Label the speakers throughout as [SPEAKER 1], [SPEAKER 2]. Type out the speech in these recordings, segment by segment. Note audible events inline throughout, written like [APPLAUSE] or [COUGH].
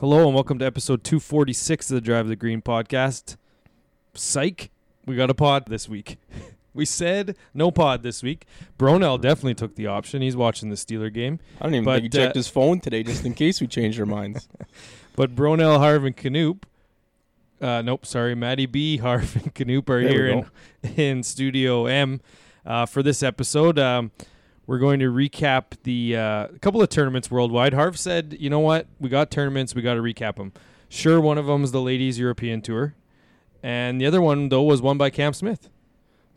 [SPEAKER 1] Hello and welcome to episode 246 of the Drive the Green podcast. Psych, we got a pod this week. [LAUGHS] We said no pod this week. Bronell definitely took the option. He's watching the Steeler game.
[SPEAKER 2] I don't even
[SPEAKER 1] But,
[SPEAKER 2] think he checked
[SPEAKER 1] uh,
[SPEAKER 2] his phone today just in case we changed
[SPEAKER 1] [LAUGHS]
[SPEAKER 2] our minds.
[SPEAKER 1] But Bronell, Harvin, Canoop, uh, nope, sorry, Maddie B, [LAUGHS] Harvin, Canoop are
[SPEAKER 2] There we
[SPEAKER 1] here in, [LAUGHS] in Studio M uh, for this episode. Um, we're going to recap the uh, couple of tournaments worldwide. Harv said, you know what? We got tournaments. We got to recap them. Sure, one of them is the Ladies European Tour. And the other one, though, was won by Cam Smith.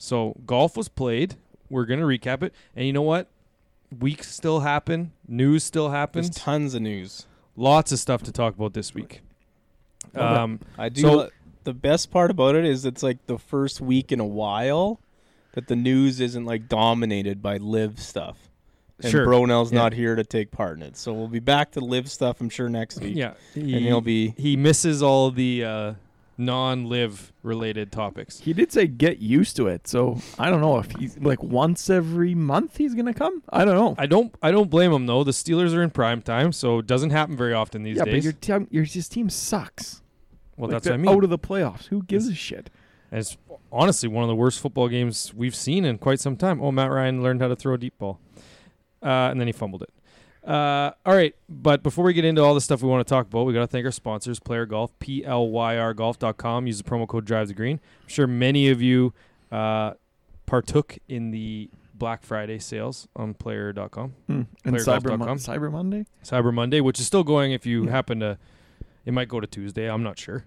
[SPEAKER 1] So golf was played. We're going to recap it. And you know what? Weeks still happen. News still
[SPEAKER 2] There's
[SPEAKER 1] happens
[SPEAKER 2] tons of news.
[SPEAKER 1] lots of stuff to talk about this week.
[SPEAKER 2] Love it.
[SPEAKER 1] Um,
[SPEAKER 2] I do.
[SPEAKER 1] So-
[SPEAKER 2] lo- the best part about it is it's like the first week in a while that the news isn't like dominated by live stuff. And
[SPEAKER 1] Sure.
[SPEAKER 2] Bronell's
[SPEAKER 1] Yeah.
[SPEAKER 2] not here to take part in it, so we'll be back to live stuff. I'm sure next week.
[SPEAKER 1] yeah, he,
[SPEAKER 2] and he'll be.
[SPEAKER 1] he misses all the uh, non-live related topics.
[SPEAKER 3] He did say get used to it. So I don't know if he's like once every month he's gonna come. I don't know.
[SPEAKER 1] I don't, I don't blame him though. The Steelers are in prime time, so it doesn't happen very often these
[SPEAKER 3] yeah,
[SPEAKER 1] days.
[SPEAKER 3] but your team, your his team sucks.
[SPEAKER 1] well,
[SPEAKER 3] Like,
[SPEAKER 1] that's what I
[SPEAKER 3] they're
[SPEAKER 1] mean.
[SPEAKER 3] Out of the playoffs. Who gives a shit?
[SPEAKER 1] And it's honestly one of the worst football games we've seen in quite some time. Oh, Matt Ryan learned how to throw a deep ball, uh, and then he fumbled it. Uh, all right, but before we get into all the stuff we want to talk about, we got to thank our sponsors, Player Golf, plyrgolf.com. Use the promo code Drive the Green. I'm sure many of you uh, partook in the Black Friday sales on player.com.
[SPEAKER 3] Hmm. And Cyber, Mon-
[SPEAKER 1] PlayerGolf.com.
[SPEAKER 3] Cyber Monday.
[SPEAKER 1] Cyber Monday, which is still going if you
[SPEAKER 3] Yeah.
[SPEAKER 1] happen to, it might go to Tuesday. I'm not sure when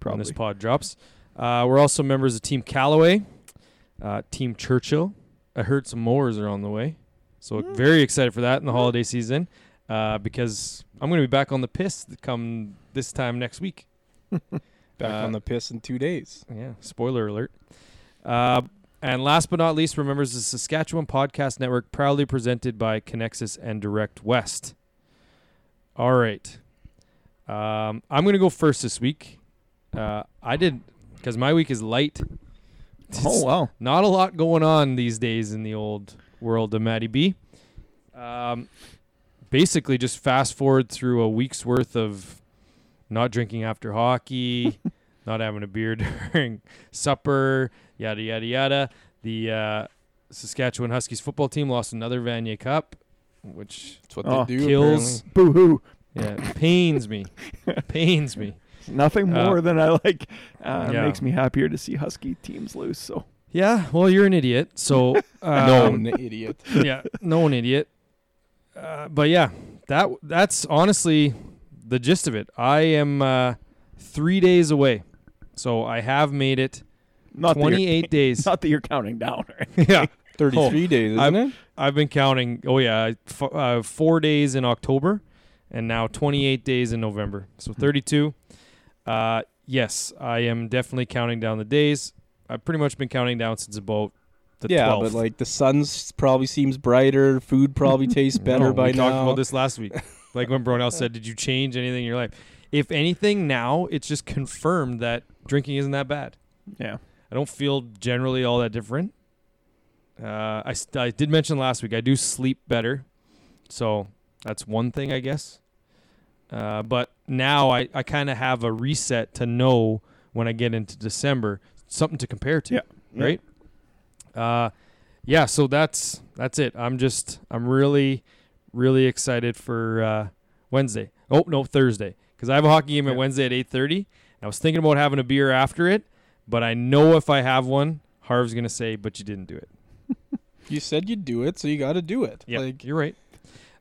[SPEAKER 3] Probably.
[SPEAKER 1] this pod drops. Uh, we're also members of Team Callaway, uh, Team Churchill. I heard some mowers are on the way, so
[SPEAKER 3] Mm.
[SPEAKER 1] very excited for that in the holiday season uh, because I'm going to be back on the piss th- come this time next week.
[SPEAKER 2] Back
[SPEAKER 1] Uh,
[SPEAKER 2] on the piss in two days.
[SPEAKER 1] Yeah, spoiler alert. Uh, and last but not least, remembers the Saskatchewan Podcast Network, proudly presented by Connexus and Direct West. All right. Um, I'm going to go first this week. Uh, I did, because my week is light. [LAUGHS]
[SPEAKER 3] Oh wow.
[SPEAKER 1] Not a lot going on these days in the old world of Matty B. Um, basically, just fast forward through a week's worth of not drinking after
[SPEAKER 2] [LAUGHS]
[SPEAKER 1] hockey, not having a beer [LAUGHS] during supper, yada yada yada. The uh, Saskatchewan Huskies football team lost another Vanier Cup, which
[SPEAKER 2] That's what
[SPEAKER 3] Oh,
[SPEAKER 2] they do.
[SPEAKER 1] kills.
[SPEAKER 3] Boo hoo.
[SPEAKER 1] Yeah, pains
[SPEAKER 2] [LAUGHS]
[SPEAKER 1] me, pains me.
[SPEAKER 3] Nothing
[SPEAKER 1] Uh,
[SPEAKER 3] more than I like. Uh,
[SPEAKER 1] yeah.
[SPEAKER 3] Makes me happier to see Husky teams lose. So
[SPEAKER 1] Yeah, well, you're an idiot.
[SPEAKER 2] [LAUGHS]
[SPEAKER 1] So um, Oh,
[SPEAKER 2] Apparently. No,
[SPEAKER 1] [LAUGHS]
[SPEAKER 2] idiot.
[SPEAKER 1] yeah, no one idiot. Uh, but yeah, that that's honestly the gist of it. I am uh, three days away, so I have made it
[SPEAKER 3] not that
[SPEAKER 2] [LAUGHS]
[SPEAKER 3] you're, [LAUGHS]
[SPEAKER 1] 28 days.
[SPEAKER 3] Not that you're counting down. Right?
[SPEAKER 1] yeah,
[SPEAKER 2] Thirty-three days, isn't
[SPEAKER 1] I'm-
[SPEAKER 2] it?
[SPEAKER 1] I've been counting. Oh yeah, I- f- uh, four days in October, and now 28 days in November. So
[SPEAKER 2] Hmm.
[SPEAKER 1] 32. Uh, yes, I am definitely counting down the days. I've pretty much been counting down since about the
[SPEAKER 2] yeah,
[SPEAKER 1] 12th.
[SPEAKER 2] but like the sun s- probably seems brighter. Food
[SPEAKER 1] [LAUGHS]
[SPEAKER 2] probably tastes better
[SPEAKER 1] No,
[SPEAKER 2] by
[SPEAKER 1] we
[SPEAKER 2] now.
[SPEAKER 1] talked about this last
[SPEAKER 2] [LAUGHS]
[SPEAKER 1] week. Like when Bronell said, "Did you change anything in your life?" If anything, now it's just confirmed that drinking isn't that bad.
[SPEAKER 3] Yeah.
[SPEAKER 1] I don't feel generally all that different. Uh, I, st- I did mention last week I do sleep better, so that's one thing I guess. Uh, but now I, I kind of have a reset to know when I get into December something to compare to,
[SPEAKER 3] Yeah.
[SPEAKER 1] right? Uh, yeah. So that's that's it. I'm just I'm really really excited for uh, Wednesday. Oh no, Thursday because I have a hockey game at
[SPEAKER 3] Yeah.
[SPEAKER 1] Wednesday at eight thirty. I was thinking about having a beer after it, but I know if I have one, Harv's gonna say, "But you didn't do it."
[SPEAKER 2] You said you'd do it, so you got to do it.
[SPEAKER 1] Yeah,
[SPEAKER 2] Like
[SPEAKER 1] you're right.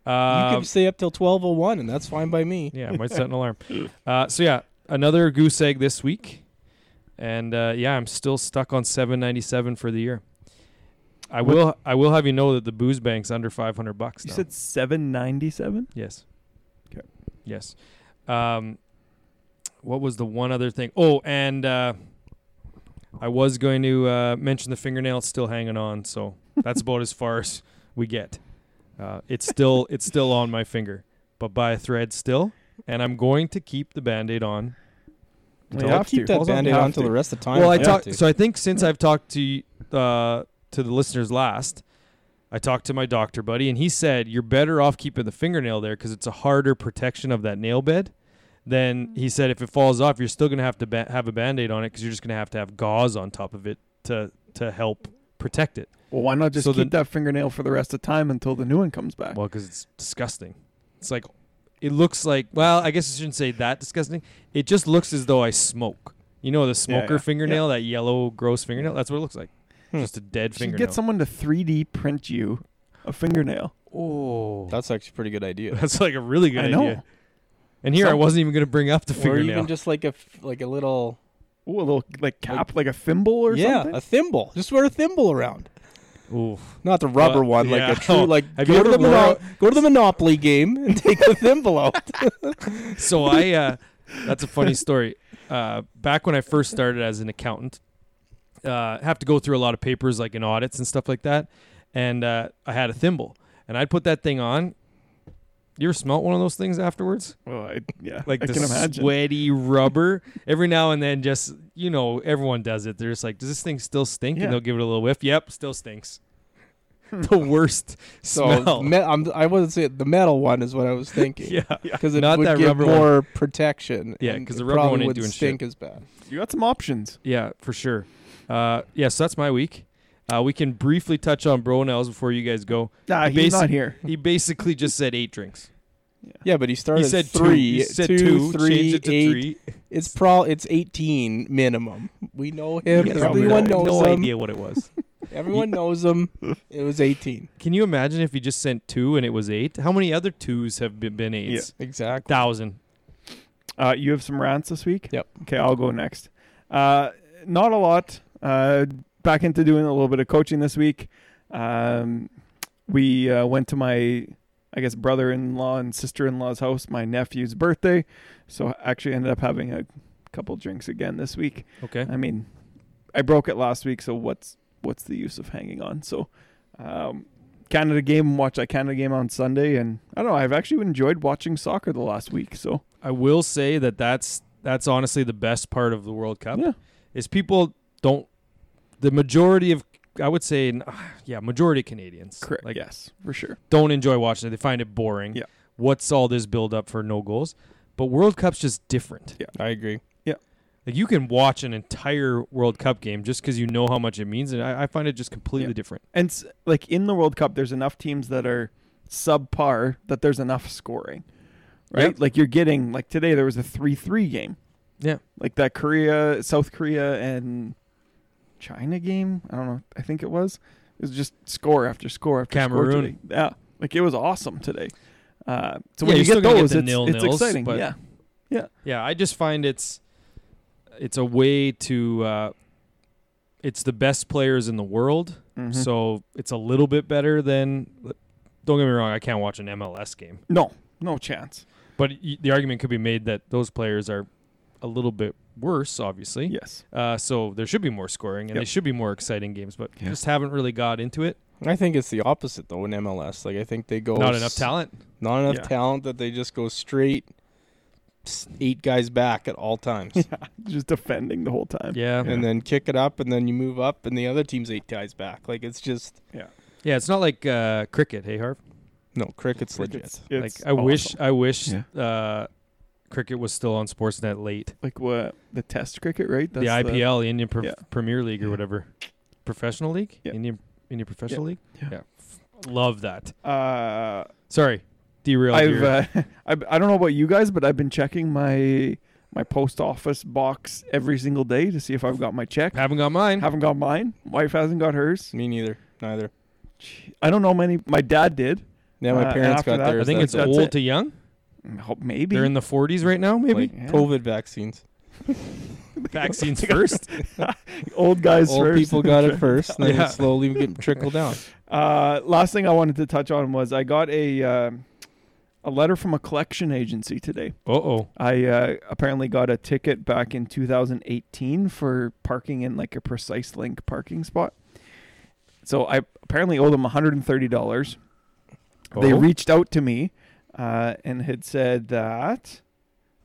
[SPEAKER 2] you
[SPEAKER 1] Uh,
[SPEAKER 2] can stay up till twelve oh one, and that's fine by
[SPEAKER 3] [LAUGHS]
[SPEAKER 2] me.
[SPEAKER 1] yeah, I might set an alarm. Uh, so yeah, another goose egg this week, and uh, yeah, I'm still stuck on 797 for the year. I
[SPEAKER 3] What-
[SPEAKER 1] will. I will have you know that the booze bank's under 500 bucks.
[SPEAKER 3] You
[SPEAKER 1] now.
[SPEAKER 3] said seven ninety seven.
[SPEAKER 1] Yes.
[SPEAKER 3] 'Kay.
[SPEAKER 1] Yes. Um, what was the one other thing? Oh, and uh, I was going to uh, mention the fingernail. It's still hanging on, so that's about as far as we get. Uh, it's still it's still on my finger, but by a thread still. And I'm going to keep the band-aid on.
[SPEAKER 3] We
[SPEAKER 2] Don't
[SPEAKER 3] have
[SPEAKER 2] keep
[SPEAKER 3] to.
[SPEAKER 2] that
[SPEAKER 3] Well,
[SPEAKER 2] band-aid
[SPEAKER 3] have
[SPEAKER 2] on till
[SPEAKER 3] to.
[SPEAKER 2] the rest of time.
[SPEAKER 1] Well, I
[SPEAKER 2] if have
[SPEAKER 1] talked.
[SPEAKER 2] to.
[SPEAKER 1] So I think since I've talked to uh, to the listeners last, I talked to my doctor buddy, and he said you're better off keeping the fingernail there because it's a harder protection of that nail bed then he said if it falls off, you're still gonna have to ba- have a band-aid on it because you're just gonna have to have gauze on top of it to to help protect it.
[SPEAKER 3] Well, why not just
[SPEAKER 1] So
[SPEAKER 3] keep that fingernail for the rest of time until the new one comes back?
[SPEAKER 1] Well, because it's disgusting. It's like it looks like. Well, I guess I shouldn't say that disgusting. It just looks as though I smoke. You know the smoker
[SPEAKER 2] yeah.
[SPEAKER 1] fingernail, that yellow gross fingernail. That's what it looks like.
[SPEAKER 2] Hmm.
[SPEAKER 1] Just a dead
[SPEAKER 3] You should
[SPEAKER 1] fingernail.
[SPEAKER 3] get someone to 3D print you a fingernail.
[SPEAKER 1] oh,
[SPEAKER 2] That's actually a pretty good [LAUGHS] idea.
[SPEAKER 1] [LAUGHS] that's like a really good
[SPEAKER 3] I know.
[SPEAKER 1] idea. And here I
[SPEAKER 2] Some-
[SPEAKER 1] wasn't even going to bring up the
[SPEAKER 2] or
[SPEAKER 1] fingernail.
[SPEAKER 2] even just like a f- like a little
[SPEAKER 3] Ooh, a little like cap, like, a thimble or
[SPEAKER 2] yeah,
[SPEAKER 3] something.
[SPEAKER 2] a thimble. Just wear a thimble around.
[SPEAKER 1] Oof.
[SPEAKER 2] Not the rubber
[SPEAKER 1] Well,
[SPEAKER 2] one,
[SPEAKER 1] yeah.
[SPEAKER 2] like
[SPEAKER 1] [LAUGHS]
[SPEAKER 2] a true like
[SPEAKER 1] Have you
[SPEAKER 2] go to
[SPEAKER 1] ever
[SPEAKER 2] the mono-
[SPEAKER 1] wore-
[SPEAKER 2] go to the Monopoly game and [LAUGHS] take the thimble out.
[SPEAKER 1] [LAUGHS] so I uh, that's a funny story. Uh, back when I first started as an accountant, uh, have to go through a lot of papers like in audits and stuff like that, and uh, I had a thimble and I'd put that thing on. You ever smelt one of those things afterwards?
[SPEAKER 3] Well, Oh, I, yeah,
[SPEAKER 1] Like
[SPEAKER 3] I
[SPEAKER 1] the
[SPEAKER 3] can imagine.
[SPEAKER 1] sweaty rubber. Every now and then, just you know, everyone does it. They're just like, "Does this thing still stink?"
[SPEAKER 3] Yeah.
[SPEAKER 1] And they'll give it a little whiff. Yep, still
[SPEAKER 3] [LAUGHS]
[SPEAKER 1] stinks. the worst
[SPEAKER 2] So
[SPEAKER 1] smell.
[SPEAKER 2] me- I'm, I wasn't saying the metal one is what I was thinking.
[SPEAKER 1] [LAUGHS] yeah,
[SPEAKER 2] Because it
[SPEAKER 1] Not
[SPEAKER 2] would
[SPEAKER 1] that
[SPEAKER 2] give
[SPEAKER 1] rubber one.
[SPEAKER 2] more protection.
[SPEAKER 1] Yeah,
[SPEAKER 2] and
[SPEAKER 1] 'cause
[SPEAKER 2] it
[SPEAKER 1] the rubber
[SPEAKER 2] probably
[SPEAKER 1] one ain't
[SPEAKER 2] wouldn't
[SPEAKER 1] doing
[SPEAKER 2] stink as bad.
[SPEAKER 3] You got some options.
[SPEAKER 1] Yeah, for sure. Uh, yeah, so that's my week. Uh, we can briefly touch on Brownells before you guys go.
[SPEAKER 3] Nah, he's
[SPEAKER 1] Basic-
[SPEAKER 3] not here.
[SPEAKER 1] He basically just said eight drinks.
[SPEAKER 2] Yeah, but he started
[SPEAKER 1] He said
[SPEAKER 2] three,
[SPEAKER 1] two. He said
[SPEAKER 2] two, three,
[SPEAKER 1] changed it to
[SPEAKER 2] eight.
[SPEAKER 1] three.
[SPEAKER 2] It's pro. It's eighteen minimum. We know
[SPEAKER 1] Yeah,
[SPEAKER 2] him.
[SPEAKER 1] I
[SPEAKER 3] probably
[SPEAKER 2] Everyone
[SPEAKER 1] no,
[SPEAKER 2] knows
[SPEAKER 1] no
[SPEAKER 2] him.
[SPEAKER 1] idea what it was.
[SPEAKER 2] Everyone knows him. It was eighteen.
[SPEAKER 1] [LAUGHS] Can you imagine if he just sent two and it was eight? How many other twos have been, been eights?
[SPEAKER 2] Exactly.
[SPEAKER 1] Thousand.
[SPEAKER 3] Uh, you have some rants this week?
[SPEAKER 2] Yep.
[SPEAKER 3] Okay, I'll go next. Uh, not a lot. Uh, back into doing a little bit of coaching this week. Um, we uh, went to my, I guess, brother in law and sister in law's house, my nephew's birthday. So I actually ended up having a couple drinks again this week.
[SPEAKER 1] Okay.
[SPEAKER 3] I mean, I broke it last week, so what's what's the use of hanging on? So, um, Canada game, watch that Canada game on Sunday, and I don't know. I've actually enjoyed watching soccer the last week. So
[SPEAKER 1] I will say that that's that's honestly the best part of the World Cup.
[SPEAKER 3] yeah,
[SPEAKER 1] is people don't the majority of I would say [SIGHS] yeah majority of Canadians
[SPEAKER 3] correct.
[SPEAKER 1] like
[SPEAKER 3] yes, for sure.
[SPEAKER 1] don't enjoy watching it. They find it boring.
[SPEAKER 3] Yeah.
[SPEAKER 1] What's all this build up for no goals? But World Cup's just different.
[SPEAKER 2] I agree.
[SPEAKER 1] Like you can watch an entire World Cup game just because you know how much it means, and I, I find it just completely
[SPEAKER 3] Yeah.
[SPEAKER 1] different.
[SPEAKER 3] And s- like in the World Cup, there's enough teams that are subpar that there's enough scoring, right?
[SPEAKER 1] Yep.
[SPEAKER 3] Like you're getting like today there was a three-three game.
[SPEAKER 1] Yeah.
[SPEAKER 3] like that Korea, South Korea, and China game. I don't know. I think it was. It was just score after score after Score
[SPEAKER 1] Cameroon.
[SPEAKER 3] today. Yeah, like it was awesome today. Uh, so
[SPEAKER 1] Yeah,
[SPEAKER 3] when
[SPEAKER 1] you're
[SPEAKER 3] you
[SPEAKER 1] still
[SPEAKER 3] get
[SPEAKER 1] gonna get
[SPEAKER 3] those,
[SPEAKER 1] the
[SPEAKER 3] it's, it's
[SPEAKER 1] nil-nils,
[SPEAKER 3] exciting.
[SPEAKER 1] but-
[SPEAKER 3] Yeah,
[SPEAKER 1] Yeah, I just find it's it's a way to uh, it's the best players in the world,
[SPEAKER 3] Mhm.
[SPEAKER 1] so it's a little bit better than. Don't get me wrong, I can't watch an MLS game,
[SPEAKER 3] no, no chance.
[SPEAKER 1] but y- the argument could be made that those players are a little bit worse, obviously.
[SPEAKER 3] Yes,
[SPEAKER 1] Uh, so there should be more scoring and
[SPEAKER 3] Yep.
[SPEAKER 1] they should be more exciting games, but
[SPEAKER 3] Yeah.
[SPEAKER 1] just haven't really got into it.
[SPEAKER 2] I think it's the opposite though in MLS. Like I think they go
[SPEAKER 1] Not enough
[SPEAKER 2] s-
[SPEAKER 1] talent.
[SPEAKER 2] Not enough
[SPEAKER 3] Yeah.
[SPEAKER 2] talent that they just go straight s- eight guys back at
[SPEAKER 1] [LAUGHS]
[SPEAKER 2] all times,
[SPEAKER 3] just defending the whole time.
[SPEAKER 1] Yeah. yeah.
[SPEAKER 2] and then kick it up, and then you move up, and the other team's eight guys back. Like it's just
[SPEAKER 1] it's not like uh, cricket, hey Harv.
[SPEAKER 2] no cricket's legit.
[SPEAKER 3] Cricket's- it's
[SPEAKER 1] like I wish
[SPEAKER 3] awesome.
[SPEAKER 1] I wish
[SPEAKER 3] Yeah.
[SPEAKER 1] uh, cricket was still on Sportsnet late.
[SPEAKER 3] like what the Test cricket, right?
[SPEAKER 1] the IPL, the Indian Pre-
[SPEAKER 3] yeah.
[SPEAKER 1] Premier League or
[SPEAKER 3] Yeah.
[SPEAKER 1] whatever. Professional League?
[SPEAKER 3] Yeah.
[SPEAKER 1] Indian Indian Professional League?
[SPEAKER 3] Yeah.
[SPEAKER 1] F- Love that.
[SPEAKER 3] Uh,
[SPEAKER 1] Sorry. Derailed
[SPEAKER 3] I've
[SPEAKER 1] your-
[SPEAKER 3] uh, [LAUGHS] I I don't know about you guys, but I've been checking my my post office box every single day to see if I've got my check.
[SPEAKER 1] haven't got mine.
[SPEAKER 3] Haven't got mine. Wife hasn't got hers.
[SPEAKER 2] Me neither. Neither.
[SPEAKER 3] Gee, I don't know many. My dad did.
[SPEAKER 2] Yeah, my
[SPEAKER 3] Uh,
[SPEAKER 2] parents
[SPEAKER 3] after
[SPEAKER 2] got
[SPEAKER 3] that-
[SPEAKER 1] I
[SPEAKER 2] theirs.
[SPEAKER 1] think
[SPEAKER 2] that's
[SPEAKER 1] it's
[SPEAKER 3] that's
[SPEAKER 1] old
[SPEAKER 3] it.
[SPEAKER 1] to young.
[SPEAKER 3] Mm, hope- Maybe
[SPEAKER 1] They're in the 40s right now, maybe.
[SPEAKER 2] like
[SPEAKER 3] Yeah.
[SPEAKER 2] COVID vaccines.
[SPEAKER 3] [LAUGHS]
[SPEAKER 1] Vaccines first.
[SPEAKER 3] old guys
[SPEAKER 2] Old
[SPEAKER 3] first.
[SPEAKER 2] people got
[SPEAKER 3] [LAUGHS]
[SPEAKER 2] it first, and then
[SPEAKER 1] Yeah.
[SPEAKER 2] it slowly get trickle down.
[SPEAKER 3] Uh, last thing I wanted to touch on was I got a um a letter from a collection agency today.
[SPEAKER 1] Uh oh.
[SPEAKER 3] I uh, apparently got a ticket back in 2018 for parking in like a precise link parking spot. So I apparently owe them 130 dollars. they
[SPEAKER 1] Oh.
[SPEAKER 3] reached out to me uh, and had said that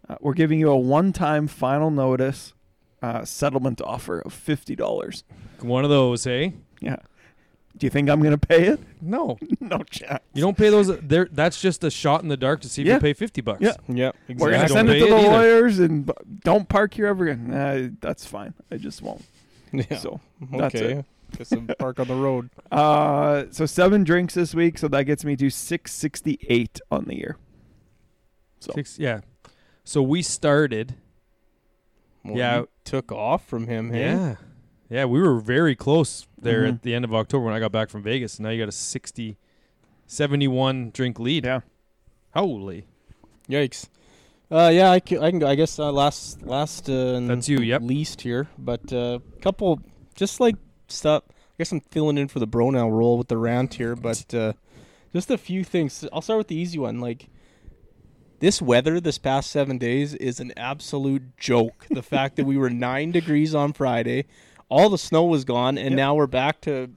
[SPEAKER 3] uh, we're giving you a one-time final notice uh, settlement offer of fifty dollars.
[SPEAKER 1] One of those, hey?
[SPEAKER 3] Yeah, Do you think I'm going to pay it? [LAUGHS]
[SPEAKER 1] No,
[SPEAKER 3] no chance.
[SPEAKER 1] you don't pay those. There, that's just a shot in the dark to see if
[SPEAKER 3] Yeah.
[SPEAKER 1] you pay fifty bucks.
[SPEAKER 3] Yeah.
[SPEAKER 2] Yep.
[SPEAKER 3] We're
[SPEAKER 1] Yeah, don't
[SPEAKER 3] gonna send it
[SPEAKER 1] pay
[SPEAKER 3] to
[SPEAKER 1] it
[SPEAKER 3] the
[SPEAKER 1] either.
[SPEAKER 3] lawyers and b- don't park here ever again. Nah, that's fine. I just won't. [LAUGHS]
[SPEAKER 2] Yeah.
[SPEAKER 3] So that's
[SPEAKER 2] okay. Guess some park on the road.
[SPEAKER 3] Uh, so seven drinks this week, so that gets me to six sixty eight on the year. So
[SPEAKER 1] Six, yeah. So we started.
[SPEAKER 2] Well,
[SPEAKER 1] Yeah.
[SPEAKER 2] you took off from him. Hey?
[SPEAKER 1] Yeah. Yeah, we were very close there
[SPEAKER 3] Mhm.
[SPEAKER 1] at the end of October when I got back from Vegas. Now you got a 60, 71 drink lead.
[SPEAKER 3] yeah,
[SPEAKER 1] Holy.
[SPEAKER 2] Yikes. Uh, yeah, I can, I can go. I guess uh, last last uh, and
[SPEAKER 1] That's you, yep.
[SPEAKER 2] least here, but uh, couple just like stuff. I guess I'm filling in for the bro now role with the rant here, but uh, just a few things. I'll start with the easy one. Like this weather this past seven days is an absolute joke. the fact that we were nine degrees on Friday, all the snow was gone, and
[SPEAKER 3] Yep.
[SPEAKER 2] now we're back to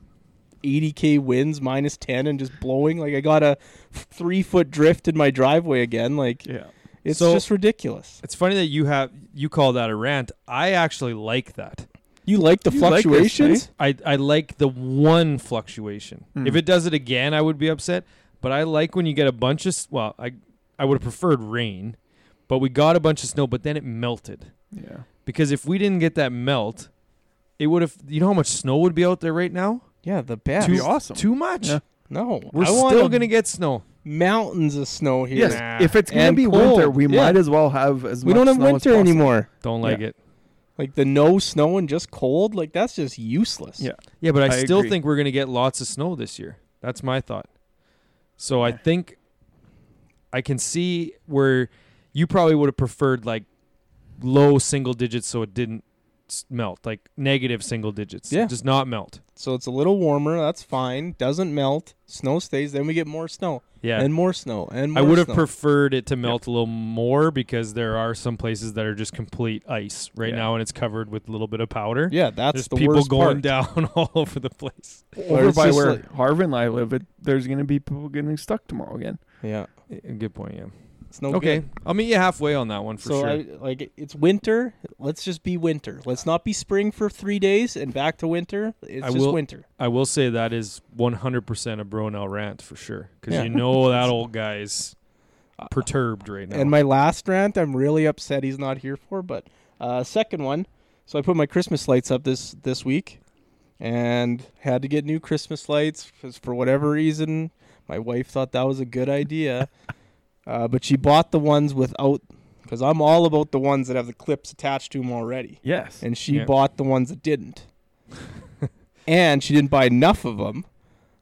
[SPEAKER 2] 80k winds minus 10 and just blowing like i got a three foot drift in my driveway again like
[SPEAKER 3] yeah.
[SPEAKER 2] it's
[SPEAKER 1] So-
[SPEAKER 2] just ridiculous.
[SPEAKER 1] It's funny that you have you call that a rant. I actually like that.
[SPEAKER 2] You like the
[SPEAKER 3] You like this,
[SPEAKER 2] fluctuations?
[SPEAKER 1] I, I like the one fluctuation.
[SPEAKER 3] Mm.
[SPEAKER 1] If it does it again, I would be upset. But I like when you get a bunch of s- well, I I would have preferred rain, but we got a bunch of snow, but then it melted.
[SPEAKER 3] Yeah.
[SPEAKER 1] Because if we didn't get that melt, it would have you know how much snow would be out there right now?
[SPEAKER 2] yeah, the best.
[SPEAKER 3] That'd be awesome.
[SPEAKER 1] Too much.
[SPEAKER 3] Yeah.
[SPEAKER 2] no,
[SPEAKER 1] We're
[SPEAKER 2] I want
[SPEAKER 1] still
[SPEAKER 2] a-
[SPEAKER 1] going to get snow.
[SPEAKER 2] mountains of snow here.
[SPEAKER 3] Yes.
[SPEAKER 1] Nah.
[SPEAKER 3] If it's gonna
[SPEAKER 2] And
[SPEAKER 3] be
[SPEAKER 2] cold.
[SPEAKER 3] winter, we
[SPEAKER 2] Yeah.
[SPEAKER 3] might as well have as
[SPEAKER 2] we
[SPEAKER 3] much
[SPEAKER 2] don't have
[SPEAKER 3] snow as
[SPEAKER 2] winter
[SPEAKER 3] possible.
[SPEAKER 2] anymore.
[SPEAKER 1] Don't like it.
[SPEAKER 2] Like the no snow and just cold, like that's just useless.
[SPEAKER 3] Yeah.
[SPEAKER 1] Yeah, but I,
[SPEAKER 3] I
[SPEAKER 1] still
[SPEAKER 3] agree.
[SPEAKER 1] think we're going to get lots of snow this year. That's my thought. So I
[SPEAKER 3] Yeah.
[SPEAKER 1] think I can see where you probably would have preferred like low single digits so it didn't s- melt, like negative single digits.
[SPEAKER 2] Yeah.
[SPEAKER 1] Just not melt.
[SPEAKER 2] So it's a little warmer. That's fine. Doesn't melt. Snow stays. Then we get more snow
[SPEAKER 1] Yeah.
[SPEAKER 2] and more snow and
[SPEAKER 1] I
[SPEAKER 2] more
[SPEAKER 1] would have
[SPEAKER 2] snow.
[SPEAKER 1] preferred it to melt a little more because there are some places that are just complete ice right
[SPEAKER 3] Yeah.
[SPEAKER 1] now and it's covered with a little bit of powder.
[SPEAKER 2] Yeah, that's
[SPEAKER 1] There's
[SPEAKER 2] the
[SPEAKER 1] people
[SPEAKER 2] worst
[SPEAKER 1] going
[SPEAKER 2] part.
[SPEAKER 1] [LAUGHS] down all over the place.
[SPEAKER 2] Or
[SPEAKER 3] Over
[SPEAKER 2] it's
[SPEAKER 3] by
[SPEAKER 2] just
[SPEAKER 3] where
[SPEAKER 2] like-
[SPEAKER 3] Harv and I live, it, there's gonna be people getting stuck tomorrow again.
[SPEAKER 2] Yeah,
[SPEAKER 1] Eh, Good point, yeah.
[SPEAKER 2] it's no
[SPEAKER 1] Okay.
[SPEAKER 2] good.
[SPEAKER 1] I'll meet you halfway on that one for
[SPEAKER 2] so
[SPEAKER 1] sure.
[SPEAKER 2] I, like it's winter. Let's just be winter. Let's not be spring for three days and back to winter. It's
[SPEAKER 1] I
[SPEAKER 2] just
[SPEAKER 1] will-
[SPEAKER 2] winter.
[SPEAKER 1] I will say that is 100% a Bronell rant for sure. Because
[SPEAKER 2] Yeah.
[SPEAKER 1] you
[SPEAKER 2] [LAUGHS]
[SPEAKER 1] know that old guy's perturbed right now.
[SPEAKER 2] And my last rant, I'm really upset he's not here for. But uh, second one, so I put my Christmas lights up this this week, and had to get new Christmas lights because for whatever reason, my wife thought that was a good idea, uh, but she bought the ones without. Because I'm all about the ones that have the clips attached to them already.
[SPEAKER 3] Yes.
[SPEAKER 2] and she
[SPEAKER 1] Yeah.
[SPEAKER 2] bought the ones that didn't. and she didn't buy enough of them,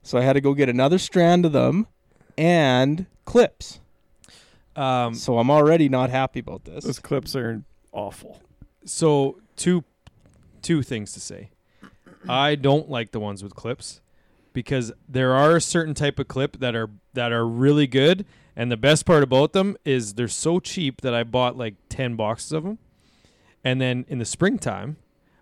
[SPEAKER 2] so I had to go get another strand of them and clips.
[SPEAKER 1] um,
[SPEAKER 2] So I'm already not happy about
[SPEAKER 3] Those
[SPEAKER 2] this.
[SPEAKER 3] clips are awful.
[SPEAKER 1] so two two things to say. I don't like the ones with clips because there are a certain type of clip that are that are really good and the best part about them is they're so cheap that I bought like 10 boxes of them. And then in the springtime,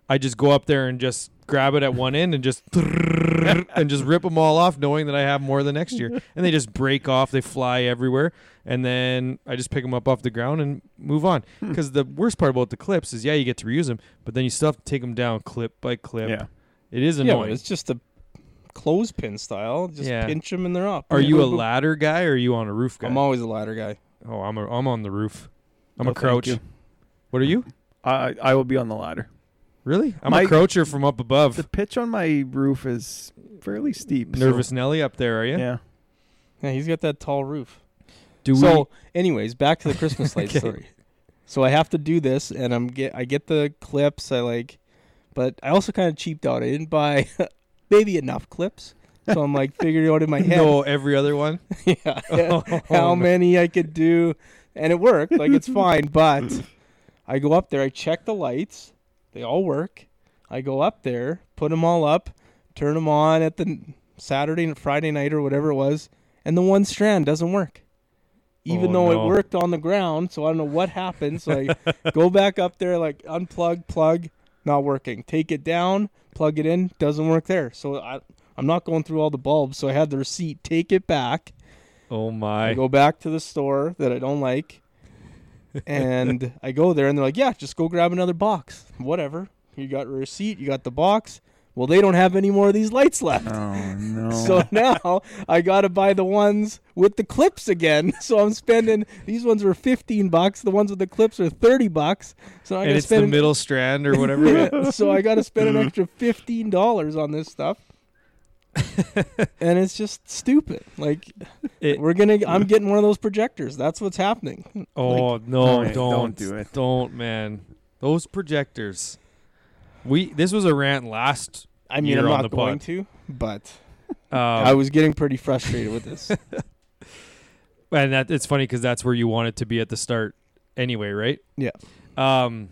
[SPEAKER 1] I just go up there and just grab it at one end and just [LAUGHS] and just rip them all off knowing that I have more the next year. And they just break off, they fly everywhere, and then I just pick them up off the ground and move on. Cuz the worst part about the clips is yeah, you get to reuse them, but then you still have to take them down clip by clip.
[SPEAKER 3] Yeah.
[SPEAKER 1] It is
[SPEAKER 2] Yeah,
[SPEAKER 1] annoying.
[SPEAKER 2] but it's just a clothespin style. Just
[SPEAKER 1] Yeah.
[SPEAKER 2] pinch them and they're up.
[SPEAKER 1] Are you a
[SPEAKER 2] ladder?
[SPEAKER 1] ladder guy or are you on a roof guy?
[SPEAKER 2] I'm always a ladder guy.
[SPEAKER 1] oh, I'm a, I'm on the roof. I'm a
[SPEAKER 3] No, Oh, thank
[SPEAKER 1] crouch.
[SPEAKER 3] you.
[SPEAKER 1] What are you?
[SPEAKER 3] I I will be on the ladder.
[SPEAKER 1] Really? I'm
[SPEAKER 3] My-
[SPEAKER 1] a croucher from up
[SPEAKER 3] The [LAUGHS]
[SPEAKER 1] above.
[SPEAKER 3] pitch on my roof is fairly steep. so-
[SPEAKER 1] Nervous Nelly up there, are you?
[SPEAKER 3] yeah.
[SPEAKER 2] Yeah, he's got that tall roof.
[SPEAKER 1] Do [LAUGHS]
[SPEAKER 2] so, anyways, back to the Christmas light
[SPEAKER 1] Okay.
[SPEAKER 2] story. So I have to do this, and I'm get I get the clips. I like, but I also kind of cheaped out. I didn't buy [LAUGHS] maybe enough clips, so I'm like figuring out
[SPEAKER 1] [LAUGHS]
[SPEAKER 2] in my
[SPEAKER 1] we
[SPEAKER 2] head,
[SPEAKER 1] know every other one?
[SPEAKER 2] [LAUGHS]
[SPEAKER 1] [LAUGHS]
[SPEAKER 2] yeah,
[SPEAKER 1] Oh,
[SPEAKER 2] how
[SPEAKER 1] no.
[SPEAKER 2] many I could do, and it worked. Like
[SPEAKER 1] [LAUGHS]
[SPEAKER 2] it's fine, but I go up there, I check the lights, they all work. I go up there, put them all up, turn them on at the n- Saturday and Friday night or whatever it was, and the one strand doesn't work. Even
[SPEAKER 1] Oh,
[SPEAKER 2] though
[SPEAKER 1] no.
[SPEAKER 2] it worked on the ground, so I don't know what happened. So I
[SPEAKER 1] [LAUGHS]
[SPEAKER 2] go back up there, like unplug, plug, not working. Take it down, plug it in, doesn't work there. So I, I'm not going through all the bulbs. So I had the receipt, take it back,
[SPEAKER 1] Oh
[SPEAKER 2] I
[SPEAKER 1] my.
[SPEAKER 2] go back to the store that I don't like,
[SPEAKER 1] [LAUGHS]
[SPEAKER 2] and I go there, and they're like, "Yeah, just go grab another box. Whatever. You got a receipt. You got the box. Well, they don't have any more of these lights left.
[SPEAKER 3] Oh no.
[SPEAKER 2] So [LAUGHS] now I gotta buy the ones with the clips again. [LAUGHS] So I'm spending these ones were fifteen bucks. The ones with the clips are thirty bucks. So I'm
[SPEAKER 1] and
[SPEAKER 2] gonna
[SPEAKER 1] it's the
[SPEAKER 2] spend
[SPEAKER 1] middle strand or whatever.
[SPEAKER 2] [LAUGHS] Yeah, so I gotta spend
[SPEAKER 1] Mm-hmm.
[SPEAKER 2] an extra fifteen dollars on this stuff. and it's just stupid. Like
[SPEAKER 1] It-
[SPEAKER 2] we're gonna I'm getting one of those projectors. That's what's happening.
[SPEAKER 1] [LAUGHS] Oh
[SPEAKER 3] no,
[SPEAKER 1] no! don't,
[SPEAKER 3] man, don't do it.
[SPEAKER 1] Don't, man. Those projectors. We this was a rant last.
[SPEAKER 2] I mean
[SPEAKER 1] You're
[SPEAKER 2] I'm
[SPEAKER 1] on
[SPEAKER 2] not
[SPEAKER 1] the
[SPEAKER 2] going
[SPEAKER 1] pod.
[SPEAKER 2] to, but I
[SPEAKER 1] Uh,
[SPEAKER 2] was getting pretty frustrated with
[SPEAKER 1] [LAUGHS]
[SPEAKER 2] this.
[SPEAKER 1] and that it's funny because that's where you want it to be at the start, anyway, right?
[SPEAKER 2] Yeah.
[SPEAKER 1] Um,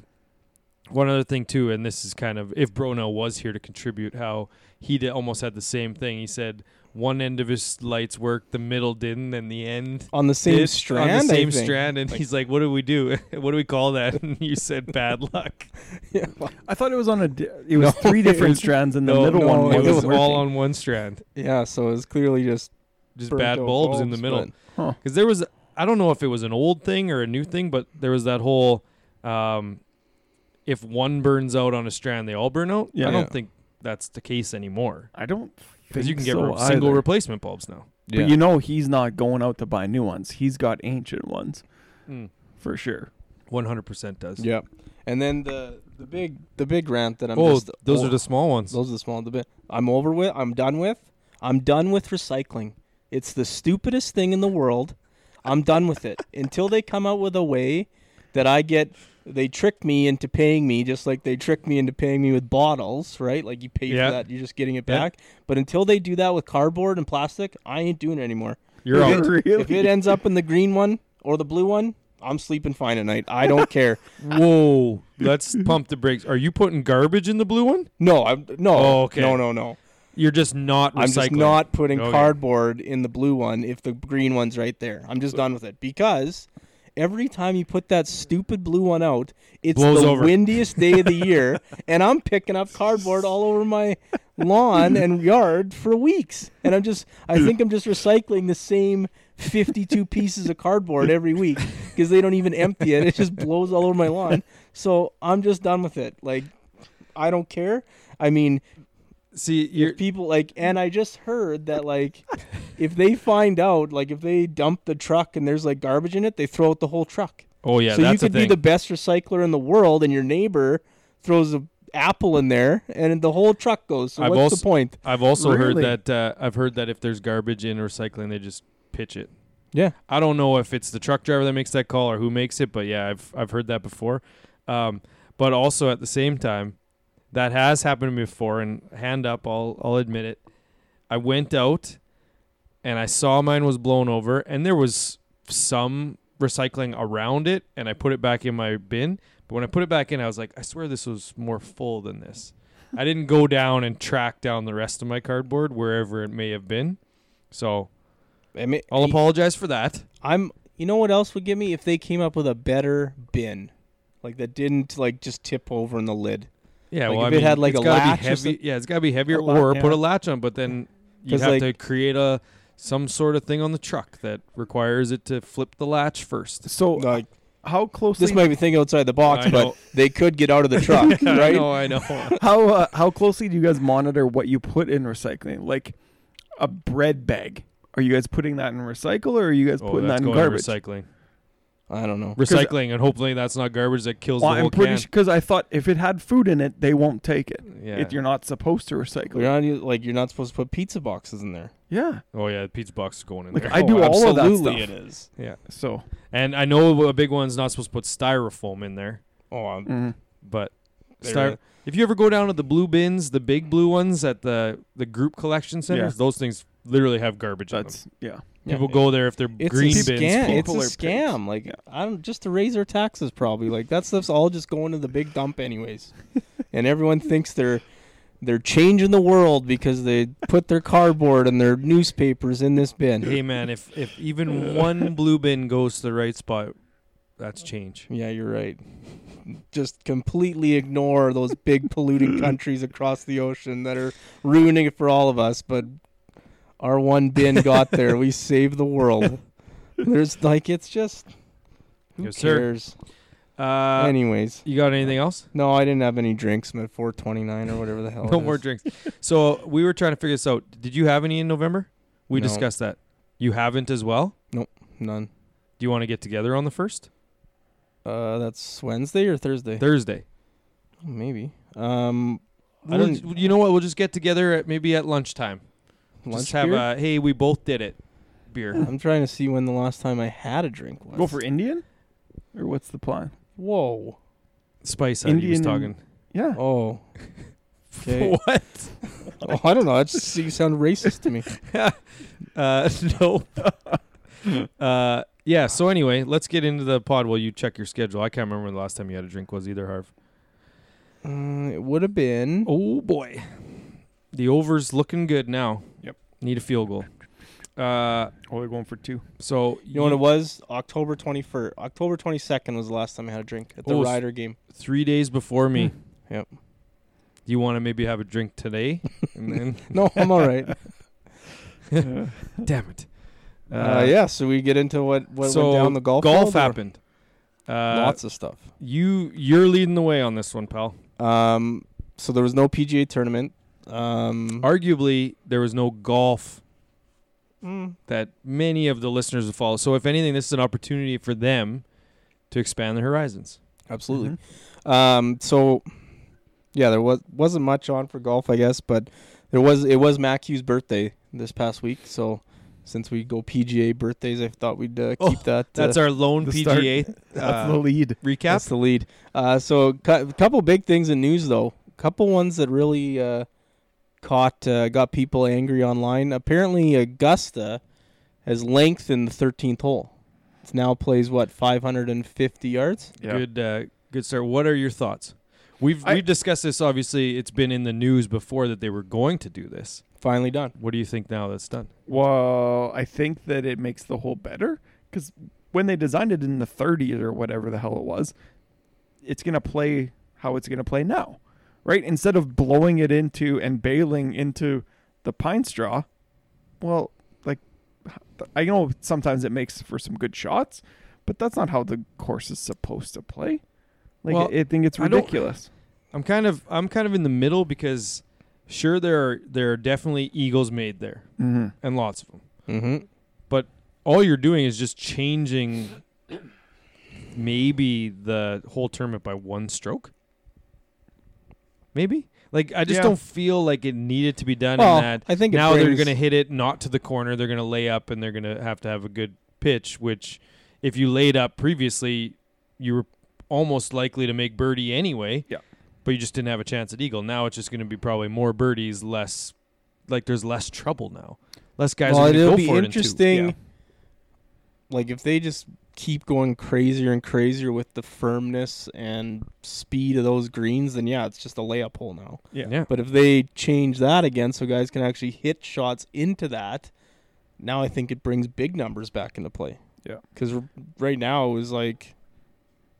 [SPEAKER 1] one other thing too, and this is kind of if Brono was here to contribute, how he did, almost had the same thing. He said one end of his lights worked, the middle didn't, and the end
[SPEAKER 2] On the same
[SPEAKER 1] did
[SPEAKER 2] strand.
[SPEAKER 1] on the
[SPEAKER 2] I
[SPEAKER 1] same
[SPEAKER 2] think.
[SPEAKER 1] strand. And he's like, "What do we do? [LAUGHS] what do we call that?" [LAUGHS] And you said bad luck.
[SPEAKER 2] [LAUGHS] Yeah.
[SPEAKER 3] I thought it was on a. Di- it was three different strands, and the
[SPEAKER 1] No,
[SPEAKER 3] middle
[SPEAKER 2] no,
[SPEAKER 3] one
[SPEAKER 2] it
[SPEAKER 1] it
[SPEAKER 3] wasn't
[SPEAKER 1] was all
[SPEAKER 3] working.
[SPEAKER 1] on one strand.
[SPEAKER 2] yeah, so it's clearly just
[SPEAKER 1] Just
[SPEAKER 2] burnt
[SPEAKER 1] bad
[SPEAKER 2] out
[SPEAKER 1] bulbs, in the middle.
[SPEAKER 2] but-
[SPEAKER 1] because there was I don't know if it was an old thing or a new thing, but there was that whole um, if one burns out on a strand, they all burn out.
[SPEAKER 3] Yeah.
[SPEAKER 1] I don't
[SPEAKER 2] Yeah.
[SPEAKER 1] think that's the case anymore
[SPEAKER 3] I don't
[SPEAKER 1] because
[SPEAKER 3] think
[SPEAKER 1] you can get
[SPEAKER 3] so
[SPEAKER 1] re- single
[SPEAKER 3] either.
[SPEAKER 1] replacement bulbs now.
[SPEAKER 3] But you know he's not going out to buy new ones. He's got ancient ones
[SPEAKER 2] Hmm.
[SPEAKER 3] for sure.
[SPEAKER 1] One hundred percent does.
[SPEAKER 2] Yep. And then the the big the big rant that I'm
[SPEAKER 1] Oh,
[SPEAKER 2] just
[SPEAKER 1] those
[SPEAKER 2] oh,
[SPEAKER 1] are the small ones.
[SPEAKER 2] those are the small the bit I'm over with. I'm done with. I'm done with recycling. It's the stupidest thing in the world. I'm done
[SPEAKER 1] [LAUGHS]
[SPEAKER 2] with it until they come out with a way that I get. They trick me into paying me just like they tricked me into paying me with bottles, right? Like you pay
[SPEAKER 1] Yeah.
[SPEAKER 2] for that, you're just getting it
[SPEAKER 1] Yeah.
[SPEAKER 2] back. But until they do that with cardboard and plastic, I ain't doing it anymore.
[SPEAKER 1] [LAUGHS] You're out.
[SPEAKER 3] [LAUGHS] Really?
[SPEAKER 2] If it ends up in the green one or the blue one, I'm sleeping fine at night.
[SPEAKER 1] [LAUGHS]
[SPEAKER 2] I don't care.
[SPEAKER 1] [LAUGHS] Whoa! Let's pump the brakes. Are you putting garbage in the blue one?
[SPEAKER 2] No, I'm no,
[SPEAKER 1] Oh, okay.
[SPEAKER 2] no, no, no.
[SPEAKER 1] You're just not recycling.
[SPEAKER 2] I'm just not putting
[SPEAKER 1] Okay.
[SPEAKER 2] cardboard in the blue one if the green one's right there. I'm just done with it because every time you put that stupid blue one out, it's
[SPEAKER 1] Blows
[SPEAKER 2] the
[SPEAKER 1] over.
[SPEAKER 2] windiest
[SPEAKER 1] [LAUGHS]
[SPEAKER 2] day of the year, and I'm picking up cardboard all over my
[SPEAKER 1] [LAUGHS]
[SPEAKER 2] lawn and yard for weeks. And I'm just, I think I'm just recycling the same 52 pieces of cardboard every
[SPEAKER 1] [LAUGHS]
[SPEAKER 2] week because they don't even empty it. It just blows all over my lawn. So I'm just done with it. Like, I don't care. I mean,
[SPEAKER 1] See, you're
[SPEAKER 2] people like and i just heard
[SPEAKER 1] [LAUGHS]
[SPEAKER 2] that like if they find out like if they dump the truck and there's like garbage in it they throw out the whole truck
[SPEAKER 1] oh yeah,
[SPEAKER 2] so you
[SPEAKER 1] that's a
[SPEAKER 2] could be
[SPEAKER 1] thing.
[SPEAKER 2] the best recycler in the world and your neighbor throws a apple in there and the whole truck goes so
[SPEAKER 1] I've
[SPEAKER 2] what's
[SPEAKER 1] also-
[SPEAKER 2] the point
[SPEAKER 1] I've also
[SPEAKER 3] Really?
[SPEAKER 1] heard that uh, I've heard that if there's garbage in recycling, they just pitch it.
[SPEAKER 2] yeah
[SPEAKER 1] I don't know if it's the truck driver that makes that call or who makes it, but yeah, I've I've heard that before. Um, but also at the same time, that has happened to me before. And hand up, I'll I'll admit it. I went out, and I saw mine was blown over, and there was some recycling around it, and I put it back in my bin. But when I put it back in, I was like, I swear this was more full than this. I didn't go down and track down the rest of my cardboard wherever it may have been. So
[SPEAKER 2] I mean,
[SPEAKER 1] I'll
[SPEAKER 2] y-
[SPEAKER 1] apologize for that.
[SPEAKER 2] i'm you know what else would give me if they came up with a better bin like that didn't like just tip over in the lid
[SPEAKER 1] Yeah, well,
[SPEAKER 2] Like, if
[SPEAKER 1] I
[SPEAKER 2] it
[SPEAKER 1] mean,
[SPEAKER 2] had, like,
[SPEAKER 1] it's
[SPEAKER 2] a
[SPEAKER 1] gotta
[SPEAKER 2] latch or
[SPEAKER 1] be heavy.
[SPEAKER 2] some-
[SPEAKER 1] Yeah, it's gotta be heavier,
[SPEAKER 2] A latch,
[SPEAKER 1] or put
[SPEAKER 2] yeah.
[SPEAKER 1] a latch on. But then you
[SPEAKER 2] 'Cause,
[SPEAKER 1] have to
[SPEAKER 2] like-
[SPEAKER 1] create a some sort of thing on the truck that requires it to flip the latch first. [LAUGHS]
[SPEAKER 3] [LAUGHS] So
[SPEAKER 2] like
[SPEAKER 3] how closely?
[SPEAKER 2] this might be thinking outside the box
[SPEAKER 1] I know.
[SPEAKER 2] but they could get out
[SPEAKER 1] [LAUGHS]
[SPEAKER 2] of the truck
[SPEAKER 1] Yeah, I
[SPEAKER 2] right
[SPEAKER 1] know, Oh, I know.
[SPEAKER 3] how uh, how closely do you guys monitor what you put in recycling? Like a bread bag. Are you guys putting that in recycle or are you guys
[SPEAKER 1] oh,
[SPEAKER 3] putting
[SPEAKER 1] that's
[SPEAKER 3] that in
[SPEAKER 1] going to
[SPEAKER 3] garbage?
[SPEAKER 1] recycling,
[SPEAKER 2] i don't know
[SPEAKER 1] recycling, and hopefully that's not garbage that kills
[SPEAKER 3] Well,
[SPEAKER 1] the whole
[SPEAKER 3] I'm pretty
[SPEAKER 1] can.
[SPEAKER 3] because I thought if it had food in it, they won't take it.
[SPEAKER 1] yeah.
[SPEAKER 3] If you're not supposed to recycle.
[SPEAKER 2] You're not even- like you're not supposed to put pizza boxes in there.
[SPEAKER 3] Yeah.
[SPEAKER 1] oh yeah, the pizza box is going in
[SPEAKER 3] Like
[SPEAKER 1] there.
[SPEAKER 3] I do
[SPEAKER 1] Oh,
[SPEAKER 3] all of that
[SPEAKER 2] Absolutely,
[SPEAKER 3] stuff.
[SPEAKER 2] it is.
[SPEAKER 1] Yeah,
[SPEAKER 3] So
[SPEAKER 1] and I know a big one's not supposed to put styrofoam in there,
[SPEAKER 2] Oh, I'm,
[SPEAKER 1] Mm-hmm.
[SPEAKER 3] mm.
[SPEAKER 1] but
[SPEAKER 2] There
[SPEAKER 1] sty-
[SPEAKER 2] is.
[SPEAKER 1] if you ever go down to the blue bins, the big blue ones at the the group collection centers,
[SPEAKER 3] Yeah.
[SPEAKER 1] those things literally have garbage in them.
[SPEAKER 3] that's yeah.
[SPEAKER 2] yeah,
[SPEAKER 1] People
[SPEAKER 2] it-
[SPEAKER 1] go there if they're
[SPEAKER 2] It's
[SPEAKER 1] green
[SPEAKER 2] a
[SPEAKER 1] bins. full.
[SPEAKER 2] scam. It's a
[SPEAKER 3] People are pigs.
[SPEAKER 2] scam. Like
[SPEAKER 3] Yeah.
[SPEAKER 2] I don't just to raise their taxes probably. Like that stuff's all just going to the big dump anyways, and everyone thinks they're they're changing the world because they put their cardboard and their newspapers in this bin.
[SPEAKER 1] hey man, if if
[SPEAKER 2] [LAUGHS]
[SPEAKER 1] even one blue bin goes to the right spot, that's change.
[SPEAKER 2] Yeah, you're right. Just completely ignore those big polluting countries across the ocean that are ruining it for all of us. But our one bin got there. We saved the world. There's like it's just who
[SPEAKER 1] Yes, sir.
[SPEAKER 2] cares?
[SPEAKER 1] Uh,
[SPEAKER 2] Anyways,
[SPEAKER 1] you got anything else?
[SPEAKER 2] no, I didn't have any drinks. I'm at 429 or whatever the hell.
[SPEAKER 1] no
[SPEAKER 2] it
[SPEAKER 1] more
[SPEAKER 2] is.
[SPEAKER 1] drinks. So we were trying to figure this out. Did you have any in November? We
[SPEAKER 2] No.
[SPEAKER 1] discussed that. You haven't as well.
[SPEAKER 2] None.
[SPEAKER 1] Do you want to get together on the first
[SPEAKER 2] Uh, that's Wednesday or Thursday. Oh,
[SPEAKER 1] Thursday?
[SPEAKER 2] Maybe. Um, I
[SPEAKER 1] We'll-
[SPEAKER 2] don't-
[SPEAKER 1] you know what? We'll just get together at maybe at lunchtime.
[SPEAKER 2] lunch
[SPEAKER 1] just have
[SPEAKER 2] beer? Uh,
[SPEAKER 1] a hey, we both did it beer.
[SPEAKER 2] I'm trying to see when the last time I had a drink was.
[SPEAKER 3] Go for Indian? Or what's the plan?
[SPEAKER 2] Whoa.
[SPEAKER 1] Spice Hut. He was
[SPEAKER 3] Indian-
[SPEAKER 1] talking.
[SPEAKER 3] Yeah.
[SPEAKER 2] Oh. Okay.
[SPEAKER 1] [LAUGHS] What?
[SPEAKER 2] oh, I don't know. That just you sound racist [LAUGHS] to me.
[SPEAKER 1] Uh, [LAUGHS] no. uh, yeah. So anyway, let's get into the pod while you check your schedule. I can't remember when the last time you had a drink was either, Harv.
[SPEAKER 2] Mm, it would have been.
[SPEAKER 1] Oh boy, the over's looking good now.
[SPEAKER 3] Yep.
[SPEAKER 1] Need a field goal. Uh,
[SPEAKER 3] Oh, they're going for two.
[SPEAKER 1] so
[SPEAKER 2] You know what it was? October 21st. October 22nd was the last time I had a drink at the
[SPEAKER 1] Oh, s-
[SPEAKER 2] Rider game.
[SPEAKER 1] Three days before me.
[SPEAKER 2] Yep.
[SPEAKER 1] Do you want to maybe have a drink today? And then,
[SPEAKER 2] [LAUGHS] No, I'm all [LAUGHS] right.
[SPEAKER 3] Uh,
[SPEAKER 1] damn it.
[SPEAKER 2] Uh,
[SPEAKER 3] Mm-hmm.
[SPEAKER 2] yeah, so we get into what, what went down the golf
[SPEAKER 1] Golf
[SPEAKER 2] field or-
[SPEAKER 1] happened. Uh,
[SPEAKER 2] Lots of stuff.
[SPEAKER 1] You you're leading the way on this one, pal.
[SPEAKER 2] Um, so there was no PGA tournament. Um,
[SPEAKER 1] Arguably, there was no golf
[SPEAKER 2] mm,
[SPEAKER 1] that many of the listeners would follow. So, if anything, this is an opportunity for them to expand their horizons.
[SPEAKER 2] absolutely. Um, so yeah, there was wasn't much on for golf, I guess, but there was it was Mackew's birthday this past week. So since we go PGA birthdays, I thought we'd uh, keep
[SPEAKER 1] Oh,
[SPEAKER 2] that. uh,
[SPEAKER 1] That's our lone
[SPEAKER 3] the start-
[SPEAKER 1] PGA
[SPEAKER 3] [LAUGHS] That's
[SPEAKER 1] uh,
[SPEAKER 3] the lead.
[SPEAKER 1] recap.
[SPEAKER 2] that's the lead. Uh, so a couple big things in news though. Couple ones that really uh, caught uh, got people angry online. Apparently Augusta has lengthened the 13th hole. It now plays what 550 yards.
[SPEAKER 1] Good, uh, good start. What are your thoughts? We've
[SPEAKER 3] I-
[SPEAKER 1] we've discussed this. Obviously, it's been in the news before that they were going to do this.
[SPEAKER 2] Finally done.
[SPEAKER 1] What do you think now that's done?
[SPEAKER 3] Well, I think that it makes the hole better because when they designed it in the 30s or whatever the hell it was, it's going to play how it's going to play now, right? Instead of blowing it into and bailing into the pine straw, well, like, I know sometimes it makes for some good shots, but that's not how the course is supposed to play. Like,
[SPEAKER 1] Well,
[SPEAKER 3] I, I think it's
[SPEAKER 1] I don't- [SIGHS]
[SPEAKER 3] ridiculous.
[SPEAKER 1] I'm kind of I'm kind of in the middle because sure there are there are definitely eagles made there
[SPEAKER 3] Mm-hmm.
[SPEAKER 1] and lots of them.
[SPEAKER 2] Mm-hmm.
[SPEAKER 1] All you're doing is just changing maybe the whole tournament by one stroke. Maybe? Like I just
[SPEAKER 3] Yeah.
[SPEAKER 1] don't feel like it needed to be done in that.
[SPEAKER 2] I think it
[SPEAKER 1] now they're
[SPEAKER 2] brings-
[SPEAKER 1] going to hit it not to the corner. They're going to lay up and they're going to have to have a good pitch, which if you laid up previously, you were almost likely to make birdie anyway.
[SPEAKER 3] Yeah.
[SPEAKER 1] But you just didn't have a chance at eagle. Now it's just going to be probably more birdies, less like there's less trouble now. Less guys
[SPEAKER 2] well,
[SPEAKER 1] are going to go
[SPEAKER 2] it'll be
[SPEAKER 1] for it in two.
[SPEAKER 2] interesting.
[SPEAKER 1] Yeah.
[SPEAKER 2] Like if they just keep going crazier and crazier with the firmness and speed of those greens, then yeah, it's just a layup hole now.
[SPEAKER 3] Yeah.
[SPEAKER 1] Yeah.
[SPEAKER 2] But if they change that again, so guys can actually hit shots into that, now I think it brings big numbers back into play.
[SPEAKER 3] Yeah.
[SPEAKER 2] because right now it was like,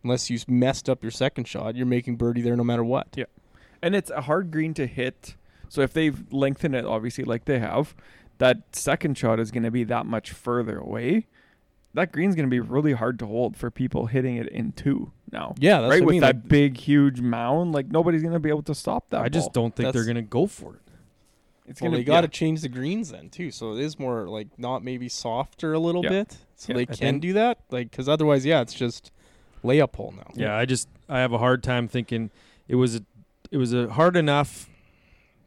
[SPEAKER 2] unless you s- messed up your second shot, you're making birdie there no matter what.
[SPEAKER 3] Yeah. and it's a hard green to hit. So if they've lengthened it, obviously, like they have, that second shot is going to be that much further away. That green's going to be really hard to hold for people hitting it in two now.
[SPEAKER 2] Yeah, that's
[SPEAKER 3] right
[SPEAKER 2] what I
[SPEAKER 3] with
[SPEAKER 2] mean,
[SPEAKER 3] that
[SPEAKER 2] like-
[SPEAKER 3] big, huge mound, like nobody's going to be able to stop that.
[SPEAKER 1] I just
[SPEAKER 3] ball.
[SPEAKER 1] don't think they're
[SPEAKER 2] That's-
[SPEAKER 1] going to go for it.
[SPEAKER 3] It's
[SPEAKER 2] Well,
[SPEAKER 3] going
[SPEAKER 2] they got to change the greens then too, so it is more like not maybe softer a little
[SPEAKER 3] Yeah.
[SPEAKER 2] bit, so
[SPEAKER 3] Yeah.
[SPEAKER 2] they
[SPEAKER 1] I
[SPEAKER 2] can
[SPEAKER 1] think-
[SPEAKER 2] do that. Like because otherwise, yeah, it's just layup hole now.
[SPEAKER 1] Yeah, I just I have a hard time thinking it was a, it was a hard enough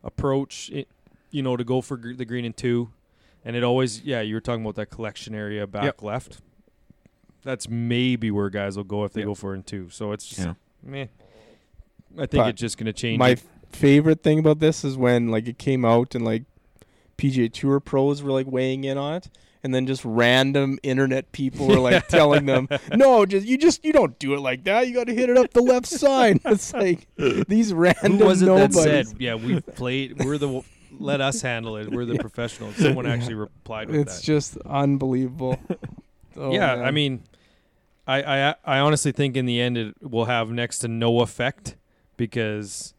[SPEAKER 1] approach, it, you know, to go for gr- the green and two, and it always yeah you were talking about that collection area back
[SPEAKER 3] Yep.
[SPEAKER 1] left. That's maybe where guys will go if they
[SPEAKER 3] Yep.
[SPEAKER 1] go for it in two. So it's just
[SPEAKER 3] Yeah.
[SPEAKER 1] meh. I think
[SPEAKER 2] But
[SPEAKER 1] it's just going to change.
[SPEAKER 2] My
[SPEAKER 1] it.
[SPEAKER 2] f- favorite thing about this is when like it came out and like PGA Tour pros were like weighing in on it, and then just random internet people were
[SPEAKER 1] [LAUGHS]
[SPEAKER 2] like telling them, "No, just you just you don't do it like that. You got to hit it up
[SPEAKER 1] [LAUGHS]
[SPEAKER 2] the left side." [LAUGHS] It's like these random
[SPEAKER 1] Who was it
[SPEAKER 2] nobodies.
[SPEAKER 1] that said yeah we played we're the w- [LAUGHS] let us handle it we're the professionals. Someone
[SPEAKER 2] Yeah.
[SPEAKER 1] actually replied with
[SPEAKER 2] It's
[SPEAKER 1] that.
[SPEAKER 2] just
[SPEAKER 1] [LAUGHS]
[SPEAKER 2] unbelievable. Oh,
[SPEAKER 1] yeah, I
[SPEAKER 2] man.
[SPEAKER 1] mean, I, I I honestly think in the end it will have next to no effect because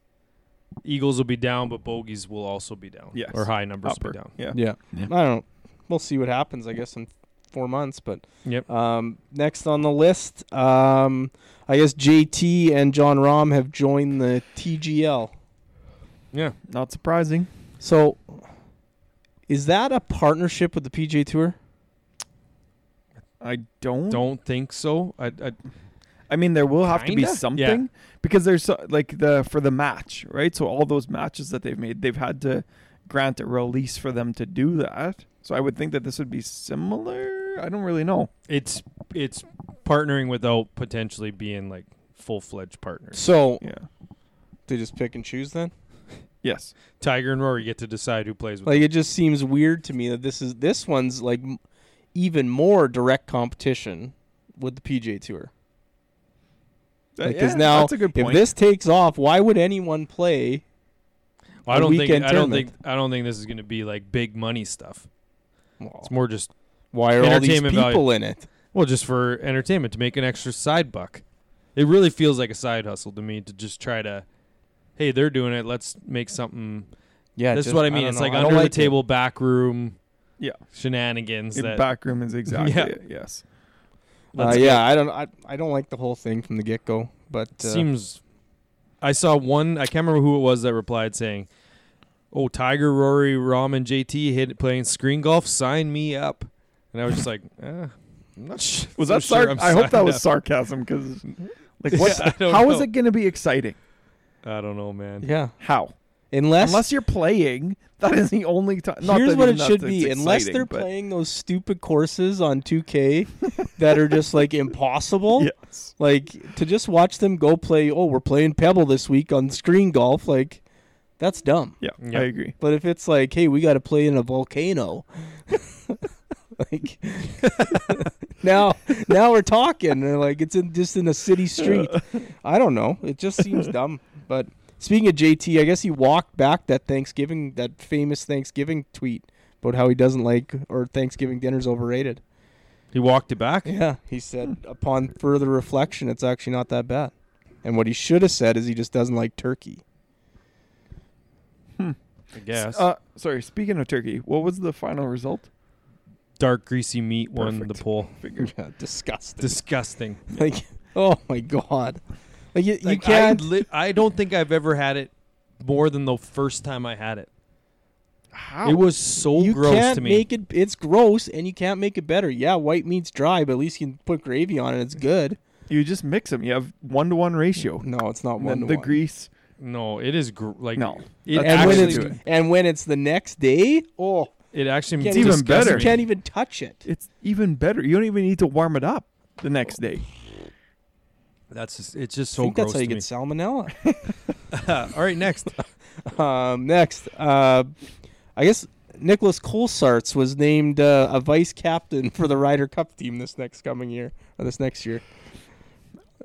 [SPEAKER 1] Eagles will be down, but bogeys will also be down.
[SPEAKER 3] Yes.
[SPEAKER 1] or high numbers will
[SPEAKER 3] Upper.
[SPEAKER 1] be down.
[SPEAKER 3] Yeah.
[SPEAKER 2] Yeah.
[SPEAKER 4] Yeah.
[SPEAKER 2] I don't. We'll see what happens. I guess in four months. But
[SPEAKER 1] Yep.
[SPEAKER 2] um, next on the list, um, I guess JT and John Rom have joined the TGL.
[SPEAKER 1] Yeah.
[SPEAKER 3] Not surprising.
[SPEAKER 2] So, is that a partnership with the PJ Tour?
[SPEAKER 3] I don't.
[SPEAKER 1] Don't think so. I, I
[SPEAKER 3] I mean, there will have to be
[SPEAKER 1] Kinda? Yeah.
[SPEAKER 3] something because there's so, like the for the match, right? So all those matches that they've made, they've had to grant a release for them to do that. So I would think that this would be similar. I don't really know.
[SPEAKER 1] it's it's partnering without potentially being like full fledged partners.
[SPEAKER 2] So
[SPEAKER 3] Yeah.
[SPEAKER 2] they just pick and choose then.
[SPEAKER 3] Yes.
[SPEAKER 1] Tiger and Rory get to decide who plays with.
[SPEAKER 2] Like it just seems weird to me that this is this one's like m- even more direct competition with the PJ Tour.
[SPEAKER 3] Uh,
[SPEAKER 2] Because
[SPEAKER 3] yeah,
[SPEAKER 2] now,
[SPEAKER 3] that's a good
[SPEAKER 2] if
[SPEAKER 3] point.
[SPEAKER 2] this takes off, why would anyone play?
[SPEAKER 1] them. I don't think
[SPEAKER 2] weekend
[SPEAKER 1] I don't
[SPEAKER 2] tournament.
[SPEAKER 1] think I don't think this is going to be like big money stuff.
[SPEAKER 2] Well,
[SPEAKER 1] It's more just
[SPEAKER 2] why are all these people
[SPEAKER 1] entertainment value.
[SPEAKER 2] in it?
[SPEAKER 1] well just for entertainment to make an extra side buck. It really feels like a side hustle to me to just try to hey, they're doing it, let's make something.
[SPEAKER 2] Yeah,
[SPEAKER 1] this
[SPEAKER 2] just-
[SPEAKER 1] is what I mean.
[SPEAKER 2] don't
[SPEAKER 1] it's
[SPEAKER 2] know.
[SPEAKER 1] like
[SPEAKER 2] I don't
[SPEAKER 1] under
[SPEAKER 2] like it.
[SPEAKER 1] the table back room
[SPEAKER 3] Yeah.
[SPEAKER 1] shenanigans
[SPEAKER 3] In
[SPEAKER 1] that
[SPEAKER 3] backroom is exactly
[SPEAKER 1] Yeah.
[SPEAKER 3] it. Yes.
[SPEAKER 2] Uh,
[SPEAKER 1] let's
[SPEAKER 2] yeah, I don't. I, I don't like the whole thing from the get go. But uh,
[SPEAKER 1] seems I saw one I can't remember who it was that replied saying, "Oh, Tiger, Rory, Rom, and JT hit playing screen golf. Sign me up." And I was just like, [LAUGHS] eh, "I'm not sh-
[SPEAKER 3] Was
[SPEAKER 1] so
[SPEAKER 3] that
[SPEAKER 1] sure
[SPEAKER 3] sar-
[SPEAKER 1] I'm
[SPEAKER 3] I hope that
[SPEAKER 1] signed
[SPEAKER 3] was
[SPEAKER 1] up."
[SPEAKER 3] sarcasm because, like, what?
[SPEAKER 1] [LAUGHS] I don't
[SPEAKER 3] how is
[SPEAKER 1] know.
[SPEAKER 3] it going to be exciting?
[SPEAKER 1] I don't know, man.
[SPEAKER 2] yeah,
[SPEAKER 3] How?
[SPEAKER 2] unless,
[SPEAKER 3] Unless you're playing, that is the only time. Not
[SPEAKER 2] here's
[SPEAKER 3] that
[SPEAKER 2] what
[SPEAKER 3] even
[SPEAKER 2] it
[SPEAKER 3] that's-
[SPEAKER 2] should
[SPEAKER 3] it's
[SPEAKER 2] be. Unless
[SPEAKER 3] exciting,
[SPEAKER 2] they're
[SPEAKER 3] but-
[SPEAKER 2] playing those stupid courses on
[SPEAKER 1] [LAUGHS]
[SPEAKER 2] 2K that are just like impossible.
[SPEAKER 3] Yes.
[SPEAKER 2] Like to just watch them go play. Oh, we're playing Pebble this week on screen golf. Like that's dumb.
[SPEAKER 3] Yeah,
[SPEAKER 1] Yeah.
[SPEAKER 3] I agree.
[SPEAKER 2] But if it's like, hey, we got to play in a volcano, [LAUGHS] like [LAUGHS] now, now we're talking. And they're like it's in, just in a city street. I don't know. It just seems dumb. But speaking of JT, I guess he walked back that Thanksgiving, that famous Thanksgiving tweet about how he doesn't like or Thanksgiving dinner's overrated.
[SPEAKER 1] He walked it back.
[SPEAKER 2] Yeah, he said upon further reflection, it's actually not that bad. And what he should have said is he just doesn't like turkey.
[SPEAKER 1] I guess
[SPEAKER 3] Uh, sorry. Speaking of turkey, what was the final result?
[SPEAKER 1] dark greasy meat won the
[SPEAKER 2] [LAUGHS]
[SPEAKER 3] Perfect.
[SPEAKER 1] poll.
[SPEAKER 3] Figured.
[SPEAKER 2] Yeah, disgusting.
[SPEAKER 1] Disgusting.
[SPEAKER 2] [LAUGHS] Like, oh my god. Like you,
[SPEAKER 1] Like,
[SPEAKER 2] you can't.
[SPEAKER 1] I, li- I don't think I've ever had it more than the first time I had it.
[SPEAKER 3] How?
[SPEAKER 1] It was so
[SPEAKER 2] you
[SPEAKER 1] gross
[SPEAKER 2] can't
[SPEAKER 1] to me.
[SPEAKER 2] make it. It's gross, and you can't make it better. Yeah, white meat's dry, but at least you can put gravy on it. It's good.
[SPEAKER 3] you just mix them. You have one to one ratio.
[SPEAKER 1] Mm-hmm.
[SPEAKER 2] No, it's not
[SPEAKER 3] And
[SPEAKER 2] one
[SPEAKER 3] then
[SPEAKER 2] to
[SPEAKER 3] the
[SPEAKER 2] one.
[SPEAKER 3] grease.
[SPEAKER 1] no, it is gr- like
[SPEAKER 3] No.
[SPEAKER 1] It
[SPEAKER 3] That's
[SPEAKER 2] and when
[SPEAKER 1] actually
[SPEAKER 2] it's
[SPEAKER 3] do it.
[SPEAKER 2] and when it's the next day, oh,
[SPEAKER 1] it actually
[SPEAKER 2] can't
[SPEAKER 3] even
[SPEAKER 1] disgusts
[SPEAKER 3] better.
[SPEAKER 2] You
[SPEAKER 1] me.
[SPEAKER 2] can't even touch it.
[SPEAKER 3] It's even better. You don't even need to warm it up the next day.
[SPEAKER 1] That's just, it's just
[SPEAKER 2] e- I
[SPEAKER 1] so
[SPEAKER 2] think
[SPEAKER 1] gross
[SPEAKER 2] that's how you
[SPEAKER 1] to
[SPEAKER 2] get salmonella.
[SPEAKER 1] me.
[SPEAKER 2] [LAUGHS]
[SPEAKER 1] [LAUGHS] All right, next.
[SPEAKER 2] Um, next, uh, I guess Nicholas Kolsarts was named uh, a vice captain [LAUGHS] for the Ryder Cup team this next coming year or this next year.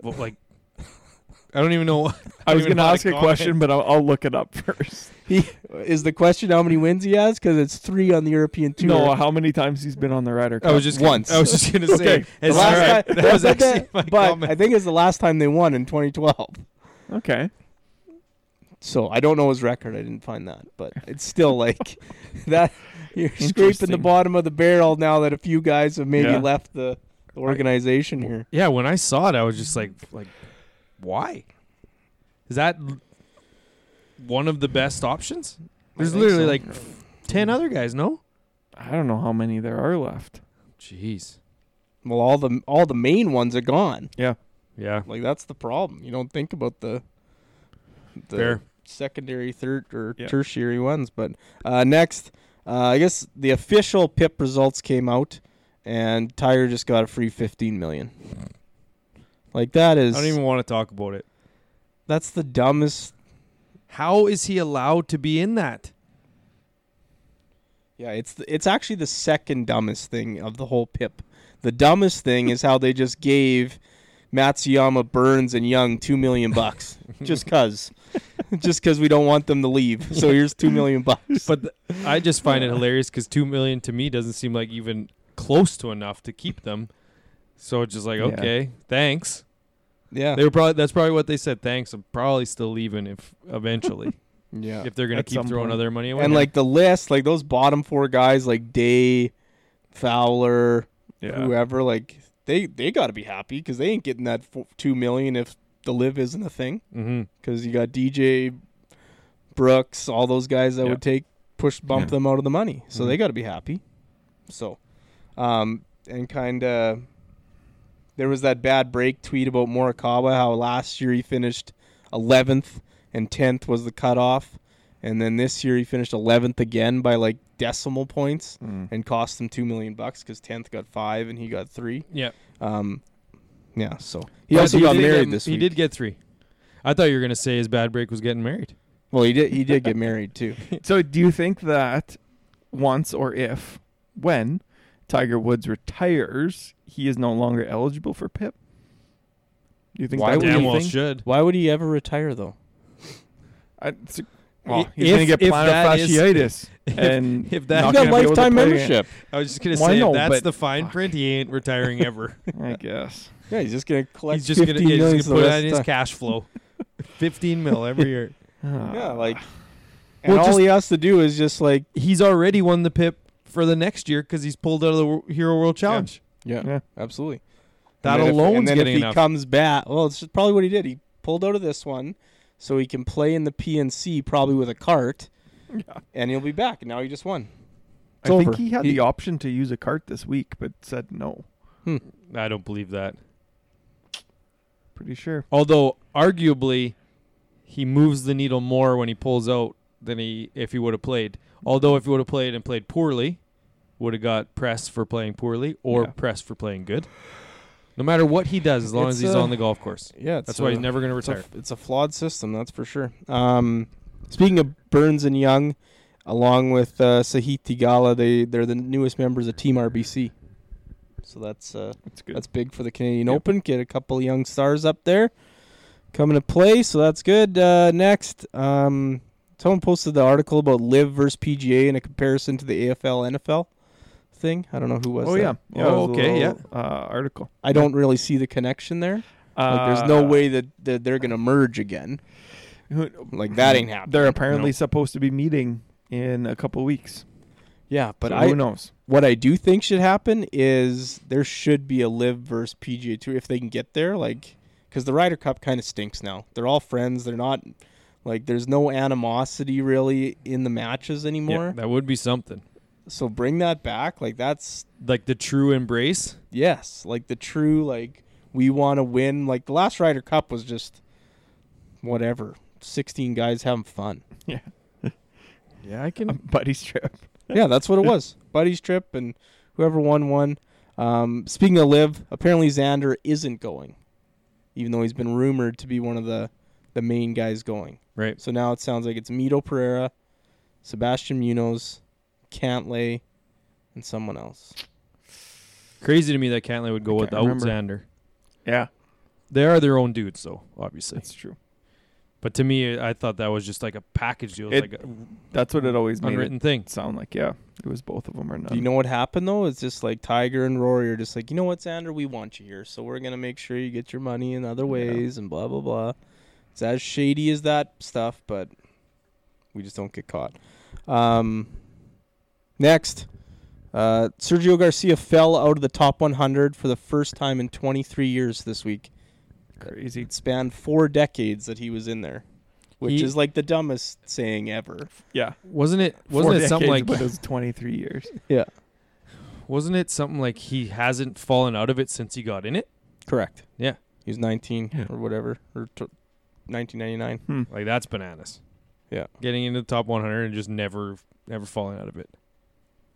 [SPEAKER 1] Well, like, I don't even know. what-
[SPEAKER 3] I
[SPEAKER 1] don't
[SPEAKER 3] was
[SPEAKER 1] even
[SPEAKER 3] going to
[SPEAKER 1] know how
[SPEAKER 3] ask a
[SPEAKER 1] comment.
[SPEAKER 3] question, but I'll, I'll look it up [LAUGHS] first.
[SPEAKER 2] He is the question how many wins he has because it's three on the European tour.
[SPEAKER 3] No, how many times he's been on the Ryder Cup?
[SPEAKER 1] I was just gonna- [LAUGHS]
[SPEAKER 2] Once.
[SPEAKER 1] I was
[SPEAKER 2] [LAUGHS]
[SPEAKER 1] just gonna say.
[SPEAKER 3] Okay.
[SPEAKER 2] the
[SPEAKER 1] it's
[SPEAKER 2] last
[SPEAKER 1] all right.
[SPEAKER 2] time,
[SPEAKER 1] that was
[SPEAKER 2] but
[SPEAKER 1] actually
[SPEAKER 2] that-
[SPEAKER 1] my
[SPEAKER 2] [LAUGHS] but
[SPEAKER 1] comment.
[SPEAKER 2] I think it's the last time they won in 2012.
[SPEAKER 3] okay.
[SPEAKER 2] So I don't know his record. I didn't find that, but it's still like [LAUGHS] that. You're scraping the
[SPEAKER 3] Interesting.
[SPEAKER 2] bottom of the barrel now that a few guys have maybe
[SPEAKER 3] Yeah.
[SPEAKER 2] left the, the organization here.
[SPEAKER 1] yeah, when I saw it, I was just like, like, why? Is that l- one of the best options? There's
[SPEAKER 2] think
[SPEAKER 1] literally
[SPEAKER 2] so.
[SPEAKER 1] like f- ten other guys. No.
[SPEAKER 3] I don't know how many there are left.
[SPEAKER 1] Jeez.
[SPEAKER 2] Well, all the all the main ones are gone.
[SPEAKER 1] Yeah.
[SPEAKER 2] Like that's the problem. You don't think about the the
[SPEAKER 1] Fair.
[SPEAKER 2] secondary, third, or
[SPEAKER 3] Yeah.
[SPEAKER 2] tertiary ones. But uh, next, uh, I guess the official PIP results came out, and Tiger just got a free fifteen million. Like that
[SPEAKER 1] I
[SPEAKER 2] is
[SPEAKER 1] don't even want to talk about it.
[SPEAKER 2] that's the dumbest.
[SPEAKER 1] How is he allowed to be in that?
[SPEAKER 2] Yeah, it's the, it's actually the second dumbest thing of the whole PIP. The dumbest thing is how they just gave Matsuyama, Burns, and Young two million bucks
[SPEAKER 1] [LAUGHS]
[SPEAKER 2] just cause, just cause we don't want them to leave. So here's two million
[SPEAKER 1] [LAUGHS]
[SPEAKER 2] bucks.
[SPEAKER 1] But th- I just find it hilarious because two million to me doesn't seem like even close to enough to keep them. So it's just like,
[SPEAKER 3] Yeah.
[SPEAKER 1] okay, thanks.
[SPEAKER 2] yeah,
[SPEAKER 1] They were probably that's probably what they said. Thanks. I'm probably still leaving if [LAUGHS] eventually
[SPEAKER 2] yeah.
[SPEAKER 1] if they're gonna
[SPEAKER 3] At
[SPEAKER 1] keep
[SPEAKER 3] some
[SPEAKER 1] throwing
[SPEAKER 3] point.
[SPEAKER 1] all their money away.
[SPEAKER 2] And like the list, like those bottom four guys, like Day, Fowler, whoever like they they got to be happy because they ain't getting that fo- two million if the live isn't a thing
[SPEAKER 1] Mm-hmm.
[SPEAKER 2] because you got DJ Brooks all those guys that
[SPEAKER 1] Yeah.
[SPEAKER 2] would take push bump
[SPEAKER 3] Yeah.
[SPEAKER 2] them out of the money so
[SPEAKER 1] Mhm.
[SPEAKER 2] they got to be happy so um and kind of there was that bad break tweet about Morikawa how last year he finished 11th and 10th was the cutoff and then this year he finished 11th again by like decimal points
[SPEAKER 3] Mm.
[SPEAKER 2] and cost them two million bucks because tenth got five and he got three.
[SPEAKER 1] Yeah.
[SPEAKER 2] Um, yeah. So he
[SPEAKER 1] But
[SPEAKER 2] also got
[SPEAKER 1] did
[SPEAKER 2] married
[SPEAKER 1] get-
[SPEAKER 2] this
[SPEAKER 1] He
[SPEAKER 2] week.
[SPEAKER 1] did get three. I thought you were gonna say his bad break was getting married.
[SPEAKER 2] Well, he did. He did [LAUGHS] get married too.
[SPEAKER 3] So do you think that once or if when Tiger Woods retires, he is no longer eligible for PIP? Do you think
[SPEAKER 2] Why
[SPEAKER 3] that
[SPEAKER 2] would
[SPEAKER 3] would
[SPEAKER 1] Damn
[SPEAKER 3] be
[SPEAKER 1] well
[SPEAKER 3] a thing?
[SPEAKER 1] should.
[SPEAKER 2] Why would he ever retire though?
[SPEAKER 3] I, it's- well,
[SPEAKER 1] I-
[SPEAKER 3] he's going to
[SPEAKER 1] if-
[SPEAKER 3] get
[SPEAKER 1] if
[SPEAKER 3] plantar
[SPEAKER 1] that is-
[SPEAKER 3] fasciitis,
[SPEAKER 1] if-
[SPEAKER 3] and
[SPEAKER 1] if that-
[SPEAKER 2] He
[SPEAKER 3] not
[SPEAKER 1] He's
[SPEAKER 2] got
[SPEAKER 3] gonna be able to
[SPEAKER 2] lifetime [LAUGHS]
[SPEAKER 3] play
[SPEAKER 2] membership.
[SPEAKER 1] I was just gonna
[SPEAKER 3] Well, I
[SPEAKER 1] say
[SPEAKER 3] know,
[SPEAKER 1] if that's
[SPEAKER 3] but-
[SPEAKER 1] the fine
[SPEAKER 3] fuck.
[SPEAKER 1] print, he ain't retiring [LAUGHS] ever.
[SPEAKER 3] again. I guess.
[SPEAKER 2] Yeah, he's just gonna collect.
[SPEAKER 1] he's just gonna,
[SPEAKER 2] 15
[SPEAKER 1] he's
[SPEAKER 2] million
[SPEAKER 1] gonna
[SPEAKER 2] for the
[SPEAKER 1] put
[SPEAKER 2] rest
[SPEAKER 1] that in
[SPEAKER 2] of
[SPEAKER 1] his
[SPEAKER 2] time.
[SPEAKER 1] cash flow. [LAUGHS] Fifteen mil every year.
[SPEAKER 3] Ah.
[SPEAKER 2] Yeah, like. And
[SPEAKER 1] Ah. Well,
[SPEAKER 2] all
[SPEAKER 1] just-
[SPEAKER 2] he has to do is just like
[SPEAKER 1] [LAUGHS] He's already won the pip for the next year because he's pulled out of the Wo- Hero World Challenge.
[SPEAKER 2] yeah,
[SPEAKER 3] Yeah.
[SPEAKER 2] absolutely.
[SPEAKER 1] That
[SPEAKER 2] and then if-
[SPEAKER 1] alone's
[SPEAKER 2] and then
[SPEAKER 1] getting
[SPEAKER 2] if he
[SPEAKER 1] enough.
[SPEAKER 2] comes back, well, it's just probably what he did. He pulled out of this one, so he can play in the PNC probably with a cart,
[SPEAKER 3] Yeah.
[SPEAKER 2] and he'll be back. And now he just won.
[SPEAKER 3] I
[SPEAKER 2] It's
[SPEAKER 3] think
[SPEAKER 2] over.
[SPEAKER 3] he had
[SPEAKER 2] He-
[SPEAKER 3] the option to use a cart this week, but said no.
[SPEAKER 1] I don't believe that.
[SPEAKER 3] Pretty sure.
[SPEAKER 1] Although arguably, he moves the needle more when he pulls out than he if he would have played. Although if he would have played and played poorly, would have got press for playing poorly or
[SPEAKER 3] Yeah.
[SPEAKER 1] press for playing good. No matter what he does, as long
[SPEAKER 2] It's
[SPEAKER 1] as he's
[SPEAKER 2] a-
[SPEAKER 1] on the golf course,
[SPEAKER 2] Yeah, it's uh,
[SPEAKER 1] that's why
[SPEAKER 2] a-
[SPEAKER 1] he's never going to
[SPEAKER 2] It's a,
[SPEAKER 1] retire.
[SPEAKER 2] it's a flawed system, that's for sure. Um, speaking of Burns and Young, along with uh, Sahith Tigala, they they're the newest members of Team RBC. So that's uh,
[SPEAKER 3] That's good.
[SPEAKER 2] that's big for the Canadian
[SPEAKER 3] Yep.
[SPEAKER 2] Open. Get a couple young stars up there coming to play, so that's good. Uh, next, um, someone posted the article about Live versus PGA in a comparison to the AFL NFL thing. I don't know who was.
[SPEAKER 3] oh
[SPEAKER 2] that.
[SPEAKER 3] yeah. yeah.
[SPEAKER 1] Oh,
[SPEAKER 3] it was a
[SPEAKER 1] okay, yeah.
[SPEAKER 3] little, Uh, article.
[SPEAKER 2] I don't really see the connection there. Like, there's no
[SPEAKER 3] Uh,
[SPEAKER 2] way that, that they're gonna merge again.
[SPEAKER 3] who-
[SPEAKER 2] Like that ain't happening.
[SPEAKER 3] They're apparently
[SPEAKER 1] Nope.
[SPEAKER 3] supposed to be meeting in a couple weeks.
[SPEAKER 2] Yeah, but
[SPEAKER 3] so
[SPEAKER 2] I
[SPEAKER 3] who knows? [LAUGHS]
[SPEAKER 2] what I do think should happen is there should be a live versus PGA Tour if they can get there, like because the Ryder Cup kind of stinks now. They're all friends. They're not like there's no animosity really in the matches
[SPEAKER 1] Yeah,
[SPEAKER 2] anymore.
[SPEAKER 1] that would be something.
[SPEAKER 2] So bring that back. Like that's
[SPEAKER 1] Like the true embrace.
[SPEAKER 2] yes, like the true like we want to win. Like the last Ryder Cup was just whatever. Sixteen guys having fun.
[SPEAKER 3] Yeah.
[SPEAKER 1] Yeah, I
[SPEAKER 3] A
[SPEAKER 1] can.
[SPEAKER 3] buddy's trip.
[SPEAKER 2] yeah, that's what it was. Buddy's trip and whoever won won. Um, speaking of live, apparently Xander isn't going, even though he's been rumored to be one of the the main guys going.
[SPEAKER 1] Right.
[SPEAKER 2] So now it sounds like it's Mito Pereira, Sebastian Munoz, Cantlay, and someone else.
[SPEAKER 1] Crazy to me that Cantley would go
[SPEAKER 3] I can't
[SPEAKER 1] without
[SPEAKER 3] remember.
[SPEAKER 1] Xander.
[SPEAKER 3] Yeah,
[SPEAKER 1] They are their own dudes, though, obviously.
[SPEAKER 3] that's true.
[SPEAKER 1] But to me, I thought that was just like a package deal. It was
[SPEAKER 3] It-
[SPEAKER 1] like an
[SPEAKER 3] That's what it always made
[SPEAKER 1] unwritten thing.
[SPEAKER 3] it sound like. Yeah, it was both of them or
[SPEAKER 2] Do
[SPEAKER 3] none.
[SPEAKER 2] you know what happened though? It's just like Tiger and Rory are just like, you know what, Xander, we want you here, so we're gonna make sure you get your money in other
[SPEAKER 3] Yeah.
[SPEAKER 2] ways and blah blah blah. It's as shady as that stuff, but we just don't get caught. Um, next, uh, Sergio Garcia fell out of the top 100 for the first time in 23 years this week.
[SPEAKER 3] Crazy.
[SPEAKER 2] It spanned four decades that he was in there, which
[SPEAKER 1] He-
[SPEAKER 2] is like the dumbest saying ever.
[SPEAKER 3] Yeah,
[SPEAKER 1] Wasn't it? Wasn't
[SPEAKER 3] Four
[SPEAKER 1] it something
[SPEAKER 3] decades,
[SPEAKER 1] like?
[SPEAKER 3] But it was twenty three years. [LAUGHS]
[SPEAKER 1] Wasn't it something like he hasn't fallen out of it since he got in it?
[SPEAKER 2] Correct.
[SPEAKER 1] Yeah.
[SPEAKER 2] He was 19
[SPEAKER 3] Yeah.
[SPEAKER 2] or whatever, or t- 1999.
[SPEAKER 3] Hmm.
[SPEAKER 1] Like that's bananas.
[SPEAKER 2] Yeah.
[SPEAKER 1] getting into the top 100 and just never, never falling out of it.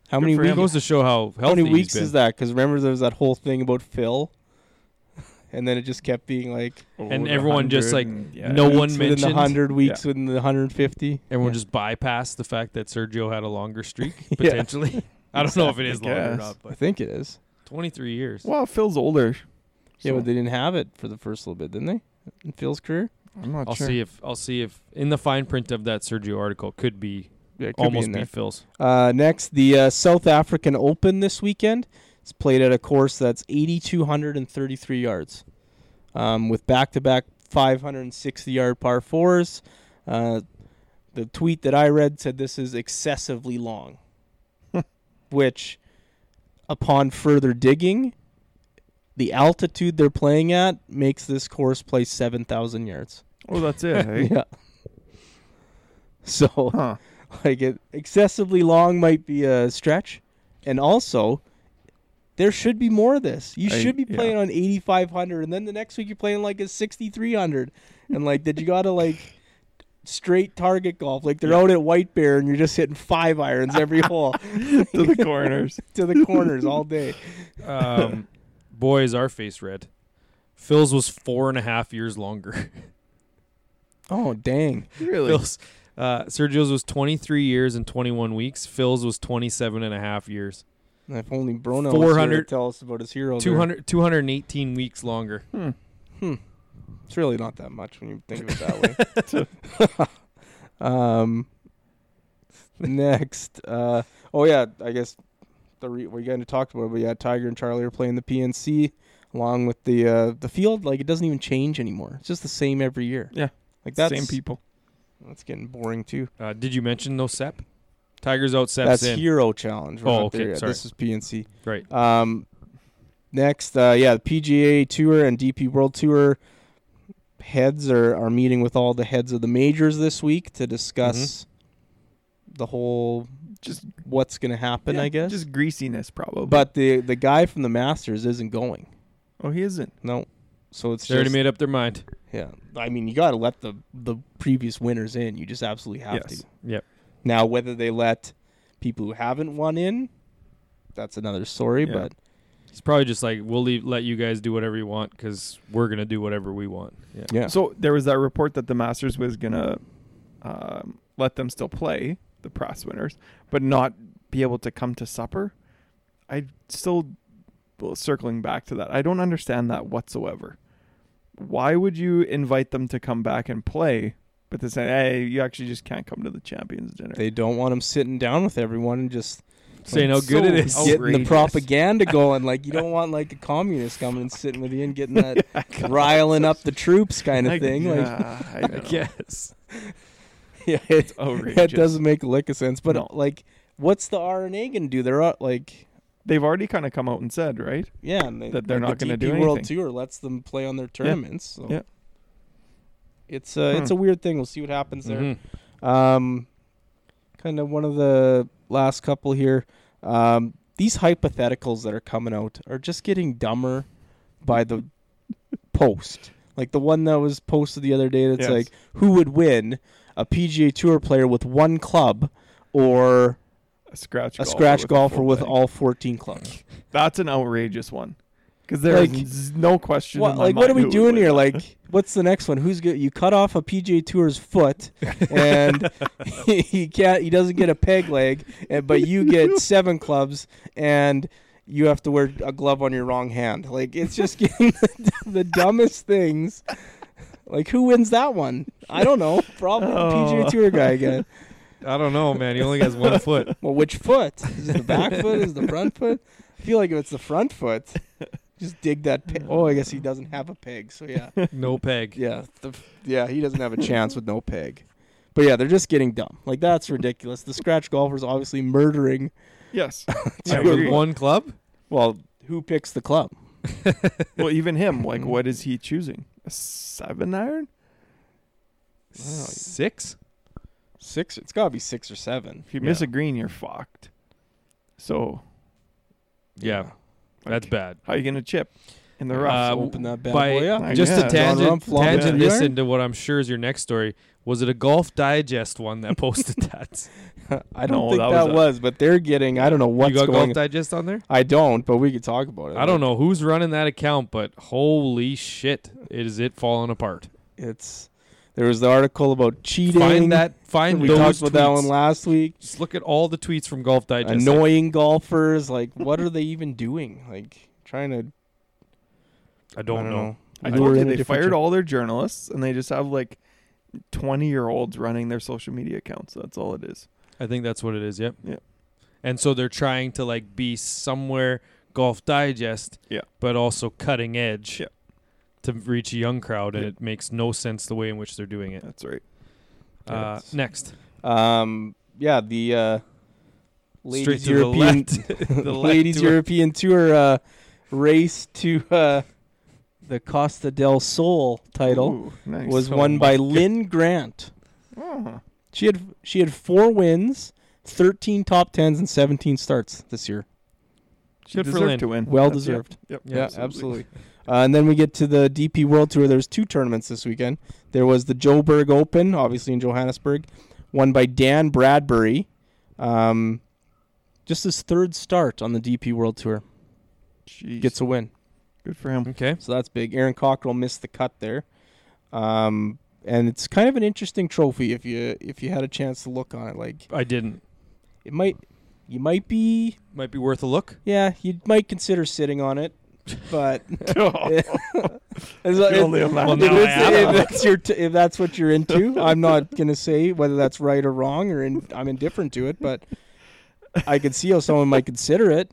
[SPEAKER 2] How
[SPEAKER 3] Good
[SPEAKER 2] many
[SPEAKER 3] for
[SPEAKER 1] It
[SPEAKER 2] weeks?
[SPEAKER 3] him.
[SPEAKER 1] goes to show how
[SPEAKER 2] How
[SPEAKER 1] healthy
[SPEAKER 2] many
[SPEAKER 1] he's
[SPEAKER 2] weeks
[SPEAKER 1] been.
[SPEAKER 2] is that? Because remember, there was that whole thing about Phil, [LAUGHS] and then it just kept being like
[SPEAKER 1] And everyone just, like,
[SPEAKER 3] yeah.
[SPEAKER 1] no one
[SPEAKER 2] weeks within
[SPEAKER 1] mentioned.
[SPEAKER 2] the hundred weeks within the hundred fifty.
[SPEAKER 1] Everyone just bypassed the fact that Sergio had a longer streak
[SPEAKER 2] [LAUGHS] Yeah.
[SPEAKER 1] potentially. I don't know if it is
[SPEAKER 3] Exactly, I
[SPEAKER 1] longer or
[SPEAKER 3] guess.
[SPEAKER 1] not,
[SPEAKER 2] I
[SPEAKER 1] but
[SPEAKER 2] think it is.
[SPEAKER 1] 23 years.
[SPEAKER 3] Well, Phil's older.
[SPEAKER 2] Yeah,
[SPEAKER 3] so
[SPEAKER 2] but they didn't have it for the first little bit, didn't they? In Phil's career,
[SPEAKER 3] I'm not
[SPEAKER 1] I'll
[SPEAKER 3] sure.
[SPEAKER 1] see if I'll see if in the fine print of that Sergio article could be
[SPEAKER 2] yeah, it could
[SPEAKER 1] almost
[SPEAKER 2] be in
[SPEAKER 1] be,
[SPEAKER 2] there.
[SPEAKER 1] Phil's.
[SPEAKER 2] Uh, next, the uh, South African Open this weekend. It's played at a course that's 8,233 yards, um, with back-to-back 560-yard par fours. Uh, the tweet that I read said this is excessively long, which upon further digging, the altitude they're playing at makes this course play 7,000 yards.
[SPEAKER 3] Oh, that's it. eh?
[SPEAKER 2] [LAUGHS] Yeah. So,
[SPEAKER 3] Huh.
[SPEAKER 2] [LAUGHS] like, it, excessively long might be a stretch. And also, there should be more of this. You
[SPEAKER 3] I-
[SPEAKER 2] should be
[SPEAKER 3] yeah.
[SPEAKER 2] playing on 8,500, and then the next week you're playing like a 6,300. And, like, did you got to, like, straight target golf? Like, they're out at White Bear and you're just hitting five irons every hole
[SPEAKER 3] to the
[SPEAKER 2] [LAUGHS]
[SPEAKER 3] corners.
[SPEAKER 2] to the corners all day.
[SPEAKER 1] Um, boy, is our face red. Phil's was four and a half years longer.
[SPEAKER 2] Oh, dang.
[SPEAKER 3] Really?
[SPEAKER 1] [LAUGHS] Phil's, uh, Sergio's was 23 years and 21 weeks. Phil's was 27 and a half years.
[SPEAKER 2] And If only Bruno 400, was here to
[SPEAKER 1] 400
[SPEAKER 2] tell us about his hero. there.
[SPEAKER 1] 200, 218 weeks longer.
[SPEAKER 3] Hmm.
[SPEAKER 2] It's really not that much when you think of it
[SPEAKER 3] [LAUGHS]
[SPEAKER 2] that way. um, next, uh, oh yeah, I guess the re- we kind of talked about, it, but yeah, Tiger and Charlie are playing the PNC along with the uh, the field. Like it doesn't even change anymore. It's just the same every year.
[SPEAKER 3] Yeah.
[SPEAKER 2] like that's
[SPEAKER 3] Same people.
[SPEAKER 2] That's getting boring too.
[SPEAKER 1] Uh, did you mention no Sep? Tiger's out, Sep's
[SPEAKER 2] That's
[SPEAKER 1] in.
[SPEAKER 2] Hero Challenge. We're
[SPEAKER 1] Oh,
[SPEAKER 2] not
[SPEAKER 1] okay,
[SPEAKER 2] there yet.
[SPEAKER 1] sorry.
[SPEAKER 2] This is PNC.
[SPEAKER 1] Right.
[SPEAKER 2] Um, next, uh, yeah, the PGA Tour and DP World Tour heads are, are meeting with all the heads of the majors this week to discuss
[SPEAKER 1] Mm-hmm.
[SPEAKER 2] the whole
[SPEAKER 3] Just
[SPEAKER 2] what's going to happen,
[SPEAKER 3] yeah,
[SPEAKER 2] I guess.
[SPEAKER 3] Just greasiness, probably.
[SPEAKER 2] but the the guy from the Masters isn't going.
[SPEAKER 3] oh, he isn't.
[SPEAKER 2] No. So it's
[SPEAKER 1] They already
[SPEAKER 2] just
[SPEAKER 1] made up their mind.
[SPEAKER 2] yeah. I mean, you got to let the the previous winners in. You just absolutely have
[SPEAKER 3] Yes.
[SPEAKER 2] to.
[SPEAKER 1] Yep.
[SPEAKER 2] Now, whether they let people who haven't won in, that's another story,
[SPEAKER 3] Yeah.
[SPEAKER 2] but
[SPEAKER 1] It's probably just like we'll leave, let you guys do whatever you want because we're gonna do whatever we want. Yeah.
[SPEAKER 2] yeah.
[SPEAKER 3] So there was that report that the Masters was gonna um, let them still play the prize winners, but not be able to come to supper. I still well, circling back to that. I don't understand that whatsoever. Why would you invite them to come back and play, but to say, "Hey, you actually just can't come to the champions dinner"?
[SPEAKER 2] They don't want him sitting down with everyone and just
[SPEAKER 1] Saying how
[SPEAKER 3] Like,
[SPEAKER 1] good it is. [LAUGHS]
[SPEAKER 3] so
[SPEAKER 2] getting the
[SPEAKER 3] outrageous.
[SPEAKER 2] propaganda [LAUGHS] going. Like you don't want like a communist coming and sitting with you and getting
[SPEAKER 3] [LAUGHS]
[SPEAKER 2] that [LAUGHS] riling up the troops kind of
[SPEAKER 3] Like,
[SPEAKER 2] thing. Like
[SPEAKER 3] yeah, I don't know.
[SPEAKER 1] [LAUGHS]
[SPEAKER 2] [LAUGHS]
[SPEAKER 1] Yes.
[SPEAKER 2] yeah, it, that
[SPEAKER 3] outrageous.
[SPEAKER 2] doesn't make a lick of sense. But
[SPEAKER 3] No.
[SPEAKER 2] like, what's the RNA gonna do? They're all, like,
[SPEAKER 3] They've already kind of come out and said, right?
[SPEAKER 2] yeah, and they,
[SPEAKER 3] That they're
[SPEAKER 2] like,
[SPEAKER 3] not gonna
[SPEAKER 2] the
[SPEAKER 3] do
[SPEAKER 2] DP World
[SPEAKER 3] anything.
[SPEAKER 2] Tour lets them play on their tournaments. So.
[SPEAKER 3] Yeah.
[SPEAKER 2] It's a it's
[SPEAKER 3] Hmm. Mm-hmm.
[SPEAKER 2] a weird thing. We'll see what happens there.
[SPEAKER 1] Mhm.
[SPEAKER 2] Um, kind of one of the last couple here. Um, these hypotheticals that are coming out are just getting dumber by
[SPEAKER 3] [LAUGHS]
[SPEAKER 2] the post. Like the one that was posted the other day that's
[SPEAKER 3] Yes.
[SPEAKER 2] like, who would win a PGA Tour player with one club or
[SPEAKER 3] A scratch.
[SPEAKER 2] a
[SPEAKER 3] golfer
[SPEAKER 2] scratch
[SPEAKER 3] with the
[SPEAKER 2] golfer
[SPEAKER 3] full
[SPEAKER 2] with
[SPEAKER 3] thing.
[SPEAKER 2] all 14 clubs?
[SPEAKER 3] That's an outrageous one. Because there's
[SPEAKER 2] Like,
[SPEAKER 3] z- no question.
[SPEAKER 2] What,
[SPEAKER 3] in my
[SPEAKER 2] like, what are
[SPEAKER 3] mind
[SPEAKER 2] we
[SPEAKER 3] who would
[SPEAKER 2] doing
[SPEAKER 3] win
[SPEAKER 2] here?
[SPEAKER 3] that.
[SPEAKER 2] Like, what's the next one? Who's good? You cut off a PJ Tour's
[SPEAKER 3] [LAUGHS]
[SPEAKER 2] foot, and [LAUGHS] he can't. He doesn't get a peg leg, and, but you
[SPEAKER 3] [LAUGHS]
[SPEAKER 2] get seven clubs, and you have to wear a glove on your wrong hand. Like, it's just [LAUGHS] getting the, the dumbest things. Like, who wins that one? I don't know. Probably the PJ
[SPEAKER 3] [LAUGHS] Oh.
[SPEAKER 2] Tour guy
[SPEAKER 3] [LAUGHS]
[SPEAKER 2] again.
[SPEAKER 1] I don't know, man. He only has [LAUGHS] one foot.
[SPEAKER 2] Well, which foot? Is it the back foot? Is it the front foot? I feel like if it's the front foot, just dig that. Pe- oh, I guess he doesn't have a peg. So yeah.
[SPEAKER 1] No peg.
[SPEAKER 2] Yeah, the, f- yeah, he doesn't have a chance with no peg. But yeah, they're just getting dumb. Like that's ridiculous. The scratch golfer's obviously murdering. [LAUGHS]
[SPEAKER 3] yes.
[SPEAKER 1] Yeah,
[SPEAKER 3] I
[SPEAKER 1] with
[SPEAKER 3] agree.
[SPEAKER 1] one club.
[SPEAKER 2] Well, who picks the club?
[SPEAKER 3] Well, even him. Like, what is
[SPEAKER 2] [LAUGHS]
[SPEAKER 3] he choosing? A seven iron?
[SPEAKER 1] Six.
[SPEAKER 2] Six. It's got to be six or seven.
[SPEAKER 3] If you miss
[SPEAKER 1] Yeah.
[SPEAKER 3] a green, you're fucked. So
[SPEAKER 1] Yeah, that's
[SPEAKER 3] like,
[SPEAKER 1] bad.
[SPEAKER 3] How you gonna chip in the
[SPEAKER 1] Uh,
[SPEAKER 3] rough?
[SPEAKER 1] w-
[SPEAKER 2] Open that bad
[SPEAKER 1] by-
[SPEAKER 2] boy up.
[SPEAKER 3] I
[SPEAKER 1] Just
[SPEAKER 3] guess.
[SPEAKER 1] to
[SPEAKER 2] John
[SPEAKER 1] tangent,
[SPEAKER 2] Rumpf, Long
[SPEAKER 1] tangent
[SPEAKER 2] John
[SPEAKER 1] this
[SPEAKER 2] Yard?
[SPEAKER 1] into what I'm sure is your next story. Was it a Golf Digest one that [LAUGHS] posted that?
[SPEAKER 2] [LAUGHS] I don't
[SPEAKER 3] No,
[SPEAKER 2] think that,
[SPEAKER 3] that
[SPEAKER 2] was,
[SPEAKER 3] was a-
[SPEAKER 2] but they're getting. I don't know
[SPEAKER 1] you
[SPEAKER 2] what's
[SPEAKER 1] got
[SPEAKER 2] going.
[SPEAKER 1] Golf Digest on there?
[SPEAKER 2] I don't, but we could talk about it.
[SPEAKER 1] I don't know who's running that account, but holy shit, is it falling apart?
[SPEAKER 2] It's there was the article about cheating.
[SPEAKER 1] Find that. Find
[SPEAKER 2] we
[SPEAKER 1] those
[SPEAKER 2] talked about that
[SPEAKER 1] tweets.
[SPEAKER 2] one last week.
[SPEAKER 1] Just look at all the tweets from Golf Digest.
[SPEAKER 2] Annoying golfers. Like, what are they even doing? Like trying to.
[SPEAKER 1] I don't,
[SPEAKER 2] I don't
[SPEAKER 1] know.
[SPEAKER 2] know.
[SPEAKER 3] I
[SPEAKER 2] Lure
[SPEAKER 3] told you
[SPEAKER 2] in a
[SPEAKER 3] they
[SPEAKER 2] different
[SPEAKER 3] fired
[SPEAKER 2] chip.
[SPEAKER 3] all their journalists, and they just have like twenty-year-olds running their social media accounts. That's all it is.
[SPEAKER 1] I think that's what it is. Yep.
[SPEAKER 3] Yeah.
[SPEAKER 1] And so they're trying to like be somewhere Golf Digest.
[SPEAKER 3] Yeah.
[SPEAKER 1] But also cutting edge.
[SPEAKER 3] Yeah.
[SPEAKER 1] To reach a young crowd, and
[SPEAKER 3] Yeah.
[SPEAKER 1] it makes no sense the way in which they're doing it.
[SPEAKER 3] That's right.
[SPEAKER 1] Uh,
[SPEAKER 2] Yes.
[SPEAKER 1] next,
[SPEAKER 2] Um, yeah, the uh,
[SPEAKER 1] Straight
[SPEAKER 2] ladies
[SPEAKER 1] to the
[SPEAKER 2] European [LAUGHS]
[SPEAKER 1] left. [LAUGHS] The left
[SPEAKER 2] ladies
[SPEAKER 1] to-
[SPEAKER 2] European tour uh, race to uh, the Costa del Sol title
[SPEAKER 3] Ooh, nice.
[SPEAKER 2] was
[SPEAKER 1] Oh
[SPEAKER 2] won
[SPEAKER 1] my
[SPEAKER 2] by
[SPEAKER 1] God.
[SPEAKER 2] Lynn Grant.
[SPEAKER 3] Oh,
[SPEAKER 2] She had she had four wins, thirteen top tens, and seventeen starts this year.
[SPEAKER 3] she
[SPEAKER 1] Good for
[SPEAKER 3] deserved
[SPEAKER 1] Lynn.
[SPEAKER 3] to win.
[SPEAKER 2] Well
[SPEAKER 3] Yep,
[SPEAKER 2] deserved.
[SPEAKER 3] Yep. yep,
[SPEAKER 2] Yeah, absolutely. Uh, and then we get to the DP World Tour. There's two tournaments this weekend. There was the Joburg Open, obviously in Johannesburg, won by Dan Bradbury. Um, just his third start on the DP World Tour.
[SPEAKER 3] Jeez.
[SPEAKER 2] Gets a win.
[SPEAKER 3] Good for him.
[SPEAKER 1] Okay.
[SPEAKER 2] So that's big. Aaron Cockrell missed the cut there. Um, and it's kind of an interesting trophy if you if you had a chance to look on it. Like
[SPEAKER 1] I didn't.
[SPEAKER 2] it might you might be
[SPEAKER 1] Might be worth a look.
[SPEAKER 2] yeah, you might consider sitting on it, but
[SPEAKER 3] [LAUGHS]
[SPEAKER 2] [LAUGHS]
[SPEAKER 3] Oh,
[SPEAKER 2] As long-
[SPEAKER 3] only
[SPEAKER 2] if-
[SPEAKER 3] allow- Well,
[SPEAKER 1] now
[SPEAKER 2] if,
[SPEAKER 1] I
[SPEAKER 2] it's-
[SPEAKER 1] am.
[SPEAKER 2] if that's your t- if that's what you're into, I'm not gonna say whether that's right or wrong, or in, I'm indifferent to it. But I could see how someone might consider it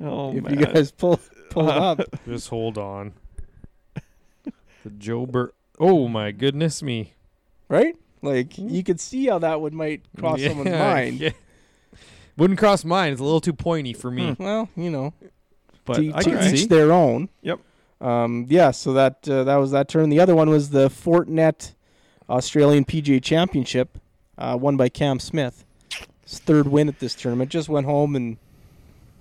[SPEAKER 3] oh
[SPEAKER 2] if
[SPEAKER 3] man.
[SPEAKER 2] you guys pull pull it
[SPEAKER 1] Uh,
[SPEAKER 2] up.
[SPEAKER 1] Just hold
[SPEAKER 2] [LAUGHS]
[SPEAKER 1] on. The Joburg. Oh my goodness me.
[SPEAKER 2] right? Like you could see how that would might cross
[SPEAKER 1] hmm. [LAUGHS] Yeah,
[SPEAKER 2] someone's mind.
[SPEAKER 1] yeah. Wouldn't cross mine. It's a little too pointy for me.
[SPEAKER 2] Well, you know,
[SPEAKER 1] But
[SPEAKER 2] to,
[SPEAKER 1] I
[SPEAKER 2] to
[SPEAKER 1] can
[SPEAKER 2] each
[SPEAKER 1] see.
[SPEAKER 2] their own.
[SPEAKER 3] Yep.
[SPEAKER 2] Um, yeah. So that uh, that was that turn. The other one was the Fortinet Australian PGA Championship, uh, won by Cam Smith. His third win at this tournament. Just went home and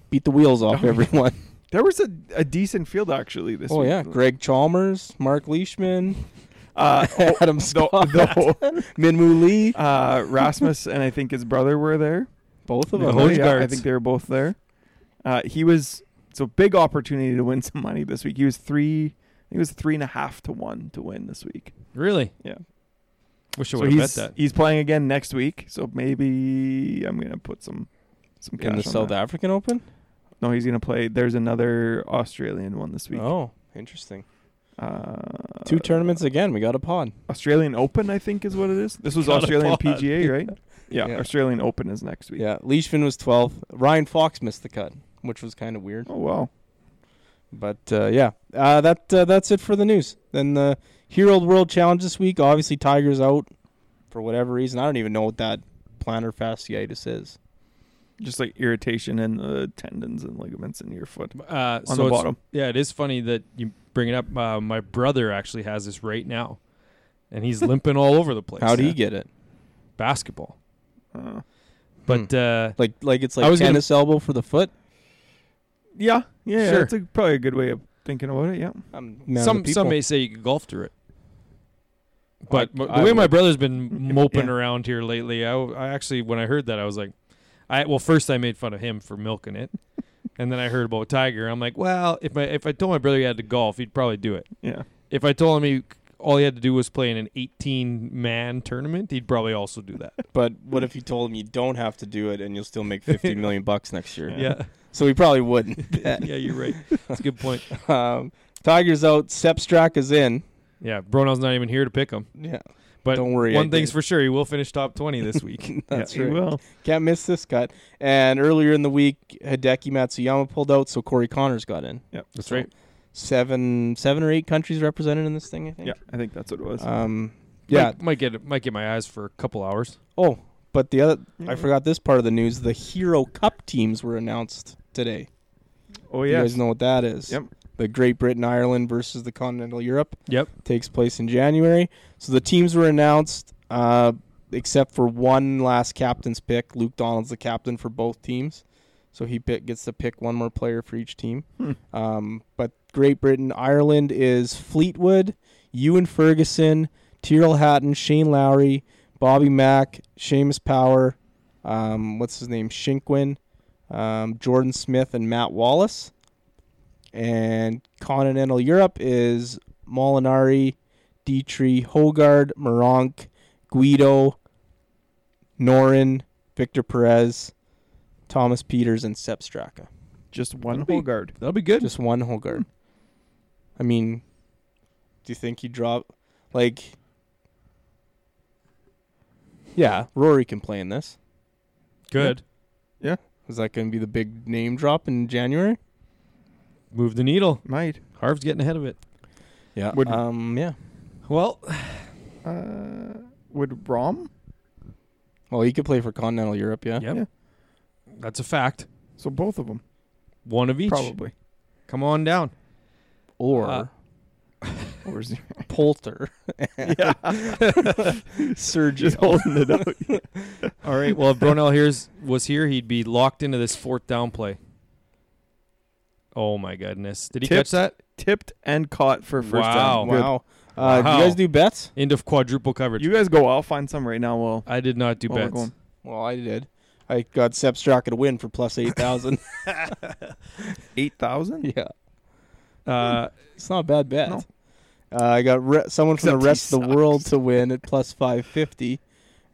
[SPEAKER 2] beat the wheels off
[SPEAKER 3] Oh, yeah.
[SPEAKER 2] everyone.
[SPEAKER 3] [LAUGHS] There was a, a decent field actually this
[SPEAKER 2] oh
[SPEAKER 3] week.
[SPEAKER 2] yeah, Greg Chalmers, Mark Leishman,
[SPEAKER 3] Uh,
[SPEAKER 2] Adam Scott, [LAUGHS]
[SPEAKER 3] though,
[SPEAKER 2] Minwoo Lee,
[SPEAKER 3] uh, Rasmus and I think his brother were there.
[SPEAKER 2] both of
[SPEAKER 1] The
[SPEAKER 2] them.
[SPEAKER 1] whole-
[SPEAKER 3] yeah, I
[SPEAKER 1] Hodegaards.
[SPEAKER 3] think they were both there. Uh, he was so big opportunity to win some money this week. He was three. I think it was three and a half to one to win this week.
[SPEAKER 1] Really?
[SPEAKER 3] Yeah.
[SPEAKER 1] Wish I
[SPEAKER 3] So
[SPEAKER 1] would have
[SPEAKER 3] he's
[SPEAKER 1] bet that.
[SPEAKER 3] he's playing again next week. So maybe I'm gonna put some some cash
[SPEAKER 2] in the
[SPEAKER 3] on
[SPEAKER 2] South
[SPEAKER 3] that.
[SPEAKER 2] African Open.
[SPEAKER 3] No, he's gonna play. There's another Australian one this week.
[SPEAKER 2] Oh, interesting.
[SPEAKER 3] Uh,
[SPEAKER 2] Two tournaments again. We got a pod.
[SPEAKER 3] Australian Open, I think, is what it is. This was
[SPEAKER 1] Got a
[SPEAKER 3] Australian
[SPEAKER 1] pod.
[SPEAKER 3] PGA, right? Yeah,
[SPEAKER 2] Yeah.
[SPEAKER 3] Australian Open is next week.
[SPEAKER 2] Yeah, Leishman was 12. Ryan Fox missed the cut, which was kind of weird.
[SPEAKER 3] Oh wow.
[SPEAKER 2] But uh, yeah, uh, that uh, that's it for the news. Then the Hero World Challenge this week. Obviously, Tiger's out for whatever reason. I don't even know what that plantar fasciitis is.
[SPEAKER 3] Just like irritation in the tendons and ligaments in your foot
[SPEAKER 1] Uh,
[SPEAKER 3] on
[SPEAKER 1] so
[SPEAKER 3] the
[SPEAKER 1] it's-
[SPEAKER 3] bottom.
[SPEAKER 1] yeah, it is funny that you bring it up. Uh, my brother actually has this right now, and he's limping all over the place.
[SPEAKER 2] How do you get it?
[SPEAKER 1] basketball?
[SPEAKER 3] Uh,
[SPEAKER 1] But uh,
[SPEAKER 2] Like like it's
[SPEAKER 1] I
[SPEAKER 2] like
[SPEAKER 1] was gonna-
[SPEAKER 2] tennis elbow for the foot.
[SPEAKER 3] yeah, yeah, yeah,
[SPEAKER 1] Sure.
[SPEAKER 3] that's a, probably a good way of thinking about it. Yeah,
[SPEAKER 2] I'm
[SPEAKER 1] Um, some some may say you could golf through it. But
[SPEAKER 2] I-
[SPEAKER 1] m-
[SPEAKER 2] I
[SPEAKER 1] the way my
[SPEAKER 2] would.
[SPEAKER 1] brother's been
[SPEAKER 3] [LAUGHS] Yeah.
[SPEAKER 1] moping around here lately, I, w- I actually when I heard that I was like, I well first I made fun of him for milking it, and then I heard about Tiger. I'm like, well if my if I told my brother he had to golf, he'd probably do it.
[SPEAKER 3] yeah.
[SPEAKER 1] If I told him he all he had to do was play in an 18 man tournament, he'd probably also do that.
[SPEAKER 2] [LAUGHS] But what if you told him you don't have to do it and you'll still make
[SPEAKER 1] [LAUGHS]
[SPEAKER 2] 50 million bucks next year?
[SPEAKER 1] yeah,
[SPEAKER 2] So he probably
[SPEAKER 1] [LAUGHS]
[SPEAKER 2] wouldn't. [LAUGHS]
[SPEAKER 1] yeah, you're right. That's a good [LAUGHS] point.
[SPEAKER 2] um, Tiger's out. Sepstrak is in.
[SPEAKER 1] Yeah, Bronow's not even here to pick him.
[SPEAKER 2] Yeah,
[SPEAKER 1] But
[SPEAKER 2] Don't worry,
[SPEAKER 1] one
[SPEAKER 2] I
[SPEAKER 1] thing's
[SPEAKER 2] did.
[SPEAKER 1] for sure, he will finish top 20 this week.
[SPEAKER 2] [LAUGHS] that's
[SPEAKER 3] yeah,
[SPEAKER 2] right.
[SPEAKER 3] He will.
[SPEAKER 2] Can't miss this cut. And earlier in the week, Hideki Matsuyama pulled out, so Corey Connors got in.
[SPEAKER 1] [LAUGHS] That's right.
[SPEAKER 2] Seven, seven or eight countries represented in this thing, I think.
[SPEAKER 3] Yeah, I think that's what it was.
[SPEAKER 2] Um, yeah.
[SPEAKER 1] might, might get might get my eyes for a couple hours.
[SPEAKER 2] Oh, but the other, I
[SPEAKER 3] Yeah.
[SPEAKER 2] forgot this part of the news. The Hero Cup teams were announced today.
[SPEAKER 3] oh
[SPEAKER 2] You
[SPEAKER 3] yeah,
[SPEAKER 2] guys know what that is.
[SPEAKER 3] Yep.
[SPEAKER 2] The Great Britain, Ireland versus the Continental Europe
[SPEAKER 1] Yep.
[SPEAKER 2] takes place in January. So the teams were announced, uh, except for one last captain's pick. Luke Donald's the captain for both teams, so he pick, gets to pick one more player for each team.
[SPEAKER 3] Hmm.
[SPEAKER 2] Um, but Great Britain, Ireland is Fleetwood, Ewan Ferguson, Tyrrell Hatton, Shane Lowry, Bobby Mack, Seamus Power, um, what's his name, Shinkwin, um, Jordan Smith, and Matt Wallace. And continental Europe is Molinari, Dietrich, Hogard, Moronk, Guido, Norin, Victor Perez, Thomas Peters, and Sepp Straka.
[SPEAKER 3] just one
[SPEAKER 1] That'll be-
[SPEAKER 3] whole guard.
[SPEAKER 1] That'll be good.
[SPEAKER 2] Just one Hogard. I mean, do you think he drop like? Yeah, Rory can play in this.
[SPEAKER 1] Good.
[SPEAKER 2] Is that going to be the big name drop in January?
[SPEAKER 1] Move the needle.
[SPEAKER 3] Might.
[SPEAKER 1] Harv's getting ahead of it.
[SPEAKER 2] Yeah.
[SPEAKER 3] Would-
[SPEAKER 2] um. Yeah.
[SPEAKER 1] [LAUGHS] Well,
[SPEAKER 3] Uh, would Rom?
[SPEAKER 2] Well, he could play for continental Europe. Yeah.
[SPEAKER 1] yep.
[SPEAKER 3] Yeah.
[SPEAKER 1] That's a fact.
[SPEAKER 3] So both of them,
[SPEAKER 1] One of each.
[SPEAKER 3] probably.
[SPEAKER 1] Come on down.
[SPEAKER 2] or
[SPEAKER 1] Uh,
[SPEAKER 3] Or is he [LAUGHS]
[SPEAKER 2] [LAUGHS] Polter
[SPEAKER 3] yeah,
[SPEAKER 2] Sergio.
[SPEAKER 3] just holding it out?
[SPEAKER 1] All right. Well, if Brunel here's was here, he'd be locked into this fourth down play. Oh my goodness! Did he catch
[SPEAKER 3] Tipped
[SPEAKER 1] that?
[SPEAKER 3] Tipped and caught for first
[SPEAKER 1] Wow.
[SPEAKER 3] down. Good.
[SPEAKER 2] Wow. Uh, Do
[SPEAKER 1] Wow.
[SPEAKER 2] you guys do bets?
[SPEAKER 1] End of quadruple coverage.
[SPEAKER 3] You guys go. I'll find some right now. Well,
[SPEAKER 1] I did not do
[SPEAKER 3] Well, Oh, we're
[SPEAKER 1] bets.
[SPEAKER 3] going.
[SPEAKER 2] Well, I did. I got Sepp Straka to win for plus 8,000.
[SPEAKER 3] eight thousand.
[SPEAKER 2] [LAUGHS] yeah.
[SPEAKER 1] Uh,
[SPEAKER 2] It's not a bad bet.
[SPEAKER 3] No.
[SPEAKER 2] Uh, I got re- someone from
[SPEAKER 3] Except
[SPEAKER 2] the
[SPEAKER 3] he
[SPEAKER 2] rest of the
[SPEAKER 3] sucks.
[SPEAKER 2] world to win at plus 550.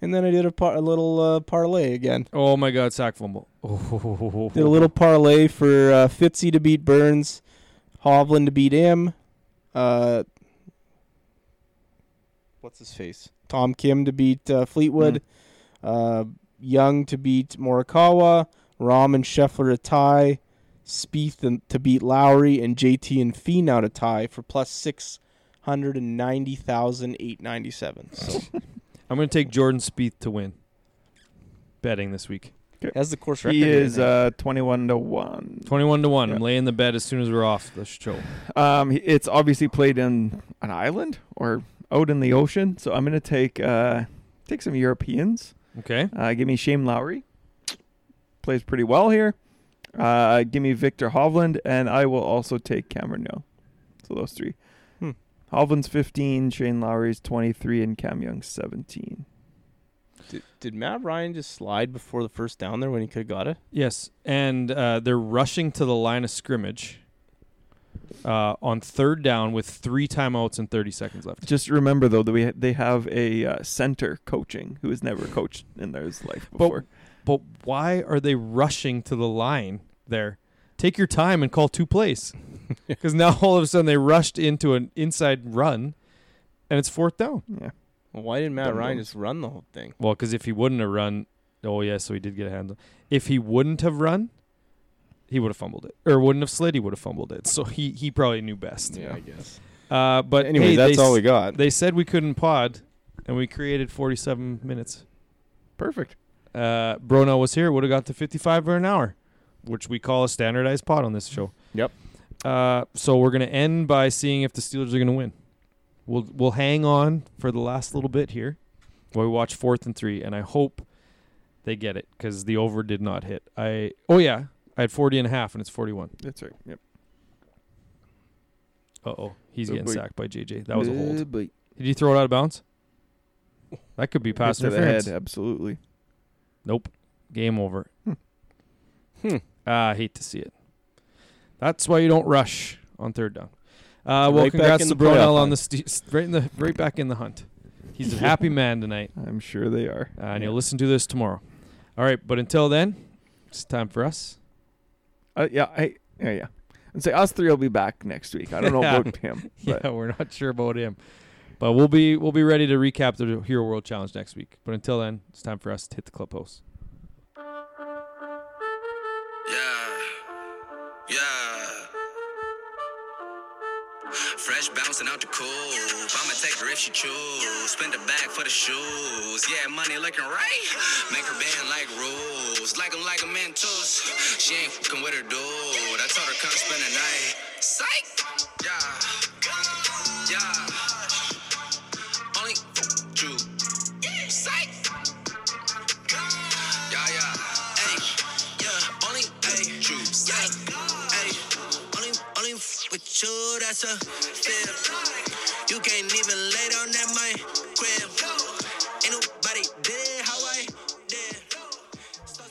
[SPEAKER 2] And then I did a, par- a little uh, parlay again.
[SPEAKER 1] oh my God! Sack fumble. Oh,
[SPEAKER 2] Did a little parlay for uh, Fitzy to beat Burns, Hovland to beat him. Uh, what's his face? Tom Kim to beat uh, Fleetwood,
[SPEAKER 3] Hmm.
[SPEAKER 2] uh, Young to beat Morikawa, Rahm and Scheffler to tie, Spieth and, to beat Lowry, and JT and Fee out to tie for plus six hundred and ninety thousand eight ninety seven. [LAUGHS] So
[SPEAKER 1] [LAUGHS] I'm going to take Jordan Spieth to win. Betting this week,
[SPEAKER 2] that's the course record.
[SPEAKER 3] He is
[SPEAKER 2] I think.
[SPEAKER 3] uh, twenty-one to one.
[SPEAKER 1] twenty-one to one.
[SPEAKER 3] Yeah.
[SPEAKER 1] I'm laying the bet as soon as we're off the show.
[SPEAKER 3] Um, he- it's obviously played in an island or out in the ocean. So I'm gonna take uh, take some Europeans.
[SPEAKER 1] Okay.
[SPEAKER 3] Uh, give me Shane Lowry. Plays pretty well here. Uh, give me Victor Hovland, and I will also take Cameron Young. So those three.
[SPEAKER 2] Hmm.
[SPEAKER 3] Hovland's 15, Shane Lowry's 23, and Cam Young's 17.
[SPEAKER 2] did, did Matt Ryan just slide before the first down there when he could have got it?
[SPEAKER 1] Yes, and uh, they're rushing to the line of scrimmage uh, on third down with three timeouts and 30 seconds left.
[SPEAKER 3] Just remember though that we ha- they have a uh, center coaching who has never coached in their life before.
[SPEAKER 1] But why are they rushing to the line there? Take your time and call two [LAUGHS] plays. Because now all of a sudden they rushed into an inside run and it's fourth down.
[SPEAKER 3] yeah.
[SPEAKER 2] Well, why didn't Matt
[SPEAKER 3] Dumb
[SPEAKER 2] Ryan
[SPEAKER 3] dumb.
[SPEAKER 2] just run the whole thing?
[SPEAKER 1] Well, because if he wouldn't have run, oh, yeah, so he did get a hands on. If he wouldn't have run, he would have fumbled it. Or wouldn't have slid, he would have fumbled it. So he, he probably knew best.
[SPEAKER 2] Yeah, I guess.
[SPEAKER 1] Uh, but
[SPEAKER 2] But anyway,
[SPEAKER 1] hey,
[SPEAKER 2] that's
[SPEAKER 1] they
[SPEAKER 2] all
[SPEAKER 1] s-
[SPEAKER 2] we got.
[SPEAKER 1] They said we couldn't pod, and we created 47 minutes.
[SPEAKER 3] Perfect.
[SPEAKER 1] Uh, Bruno was here, would have got to 55 for an hour, which we call a standardized pod on this show.
[SPEAKER 2] Yep.
[SPEAKER 1] Uh, so we're gonna end by seeing if the Steelers are gonna win. We'll we'll hang on for the last little bit here, while we watch fourth and three, and I hope they get it because the over did not hit. I oh yeah, I had 40 and a half, and it's 41.
[SPEAKER 3] That's right. Yep.
[SPEAKER 1] Uh oh, he's
[SPEAKER 3] Oh,
[SPEAKER 1] getting
[SPEAKER 3] boy.
[SPEAKER 1] sacked by JJ. That was a hold.
[SPEAKER 3] Uh, but
[SPEAKER 1] Did he throw it out of bounds? That could be pass
[SPEAKER 3] hit to the
[SPEAKER 1] interference.
[SPEAKER 3] head, absolutely.
[SPEAKER 1] Nope. Game over.
[SPEAKER 3] Hmm.
[SPEAKER 2] Hmm.
[SPEAKER 1] Ah, I hate to see it. That's why you don't rush on third down. Uh, well,
[SPEAKER 2] Right back
[SPEAKER 1] congrats
[SPEAKER 2] in
[SPEAKER 1] to
[SPEAKER 2] the playoff
[SPEAKER 1] Brunel on
[SPEAKER 2] hunt.
[SPEAKER 1] the st- right in the right back in the hunt. He's a happy man tonight,
[SPEAKER 3] I'm sure they are.
[SPEAKER 1] uh, and you'll listen to this tomorrow. All right, but until then, it's time for us.
[SPEAKER 3] Uh, yeah, I yeah, yeah. And say us three will be back next week. I
[SPEAKER 1] [LAUGHS]
[SPEAKER 3] don't know
[SPEAKER 1] Yeah.
[SPEAKER 3] about him. But
[SPEAKER 1] Yeah, we're not sure about him, but we'll be we'll be ready to recap the Hero World Challenge next week. But until then, it's time for us to hit the clubhouse.
[SPEAKER 4] Yeah, yeah. Fresh bouncing out the coupe. I'ma take her if she choose. Spend the bag for the shoes. Yeah, money looking right. Make her bend like rules. Like 'em like a mentos. She ain't fucking with her dude. I told her come spend the night. Psych! Yeah, yeah. Only fuck you. Psych! Yeah, yeah. Ay, yeah. Only ay, juice. Ay, ay. Only, only f- with you, that's a fib. You can't even lay down that my crib. Ain't nobody did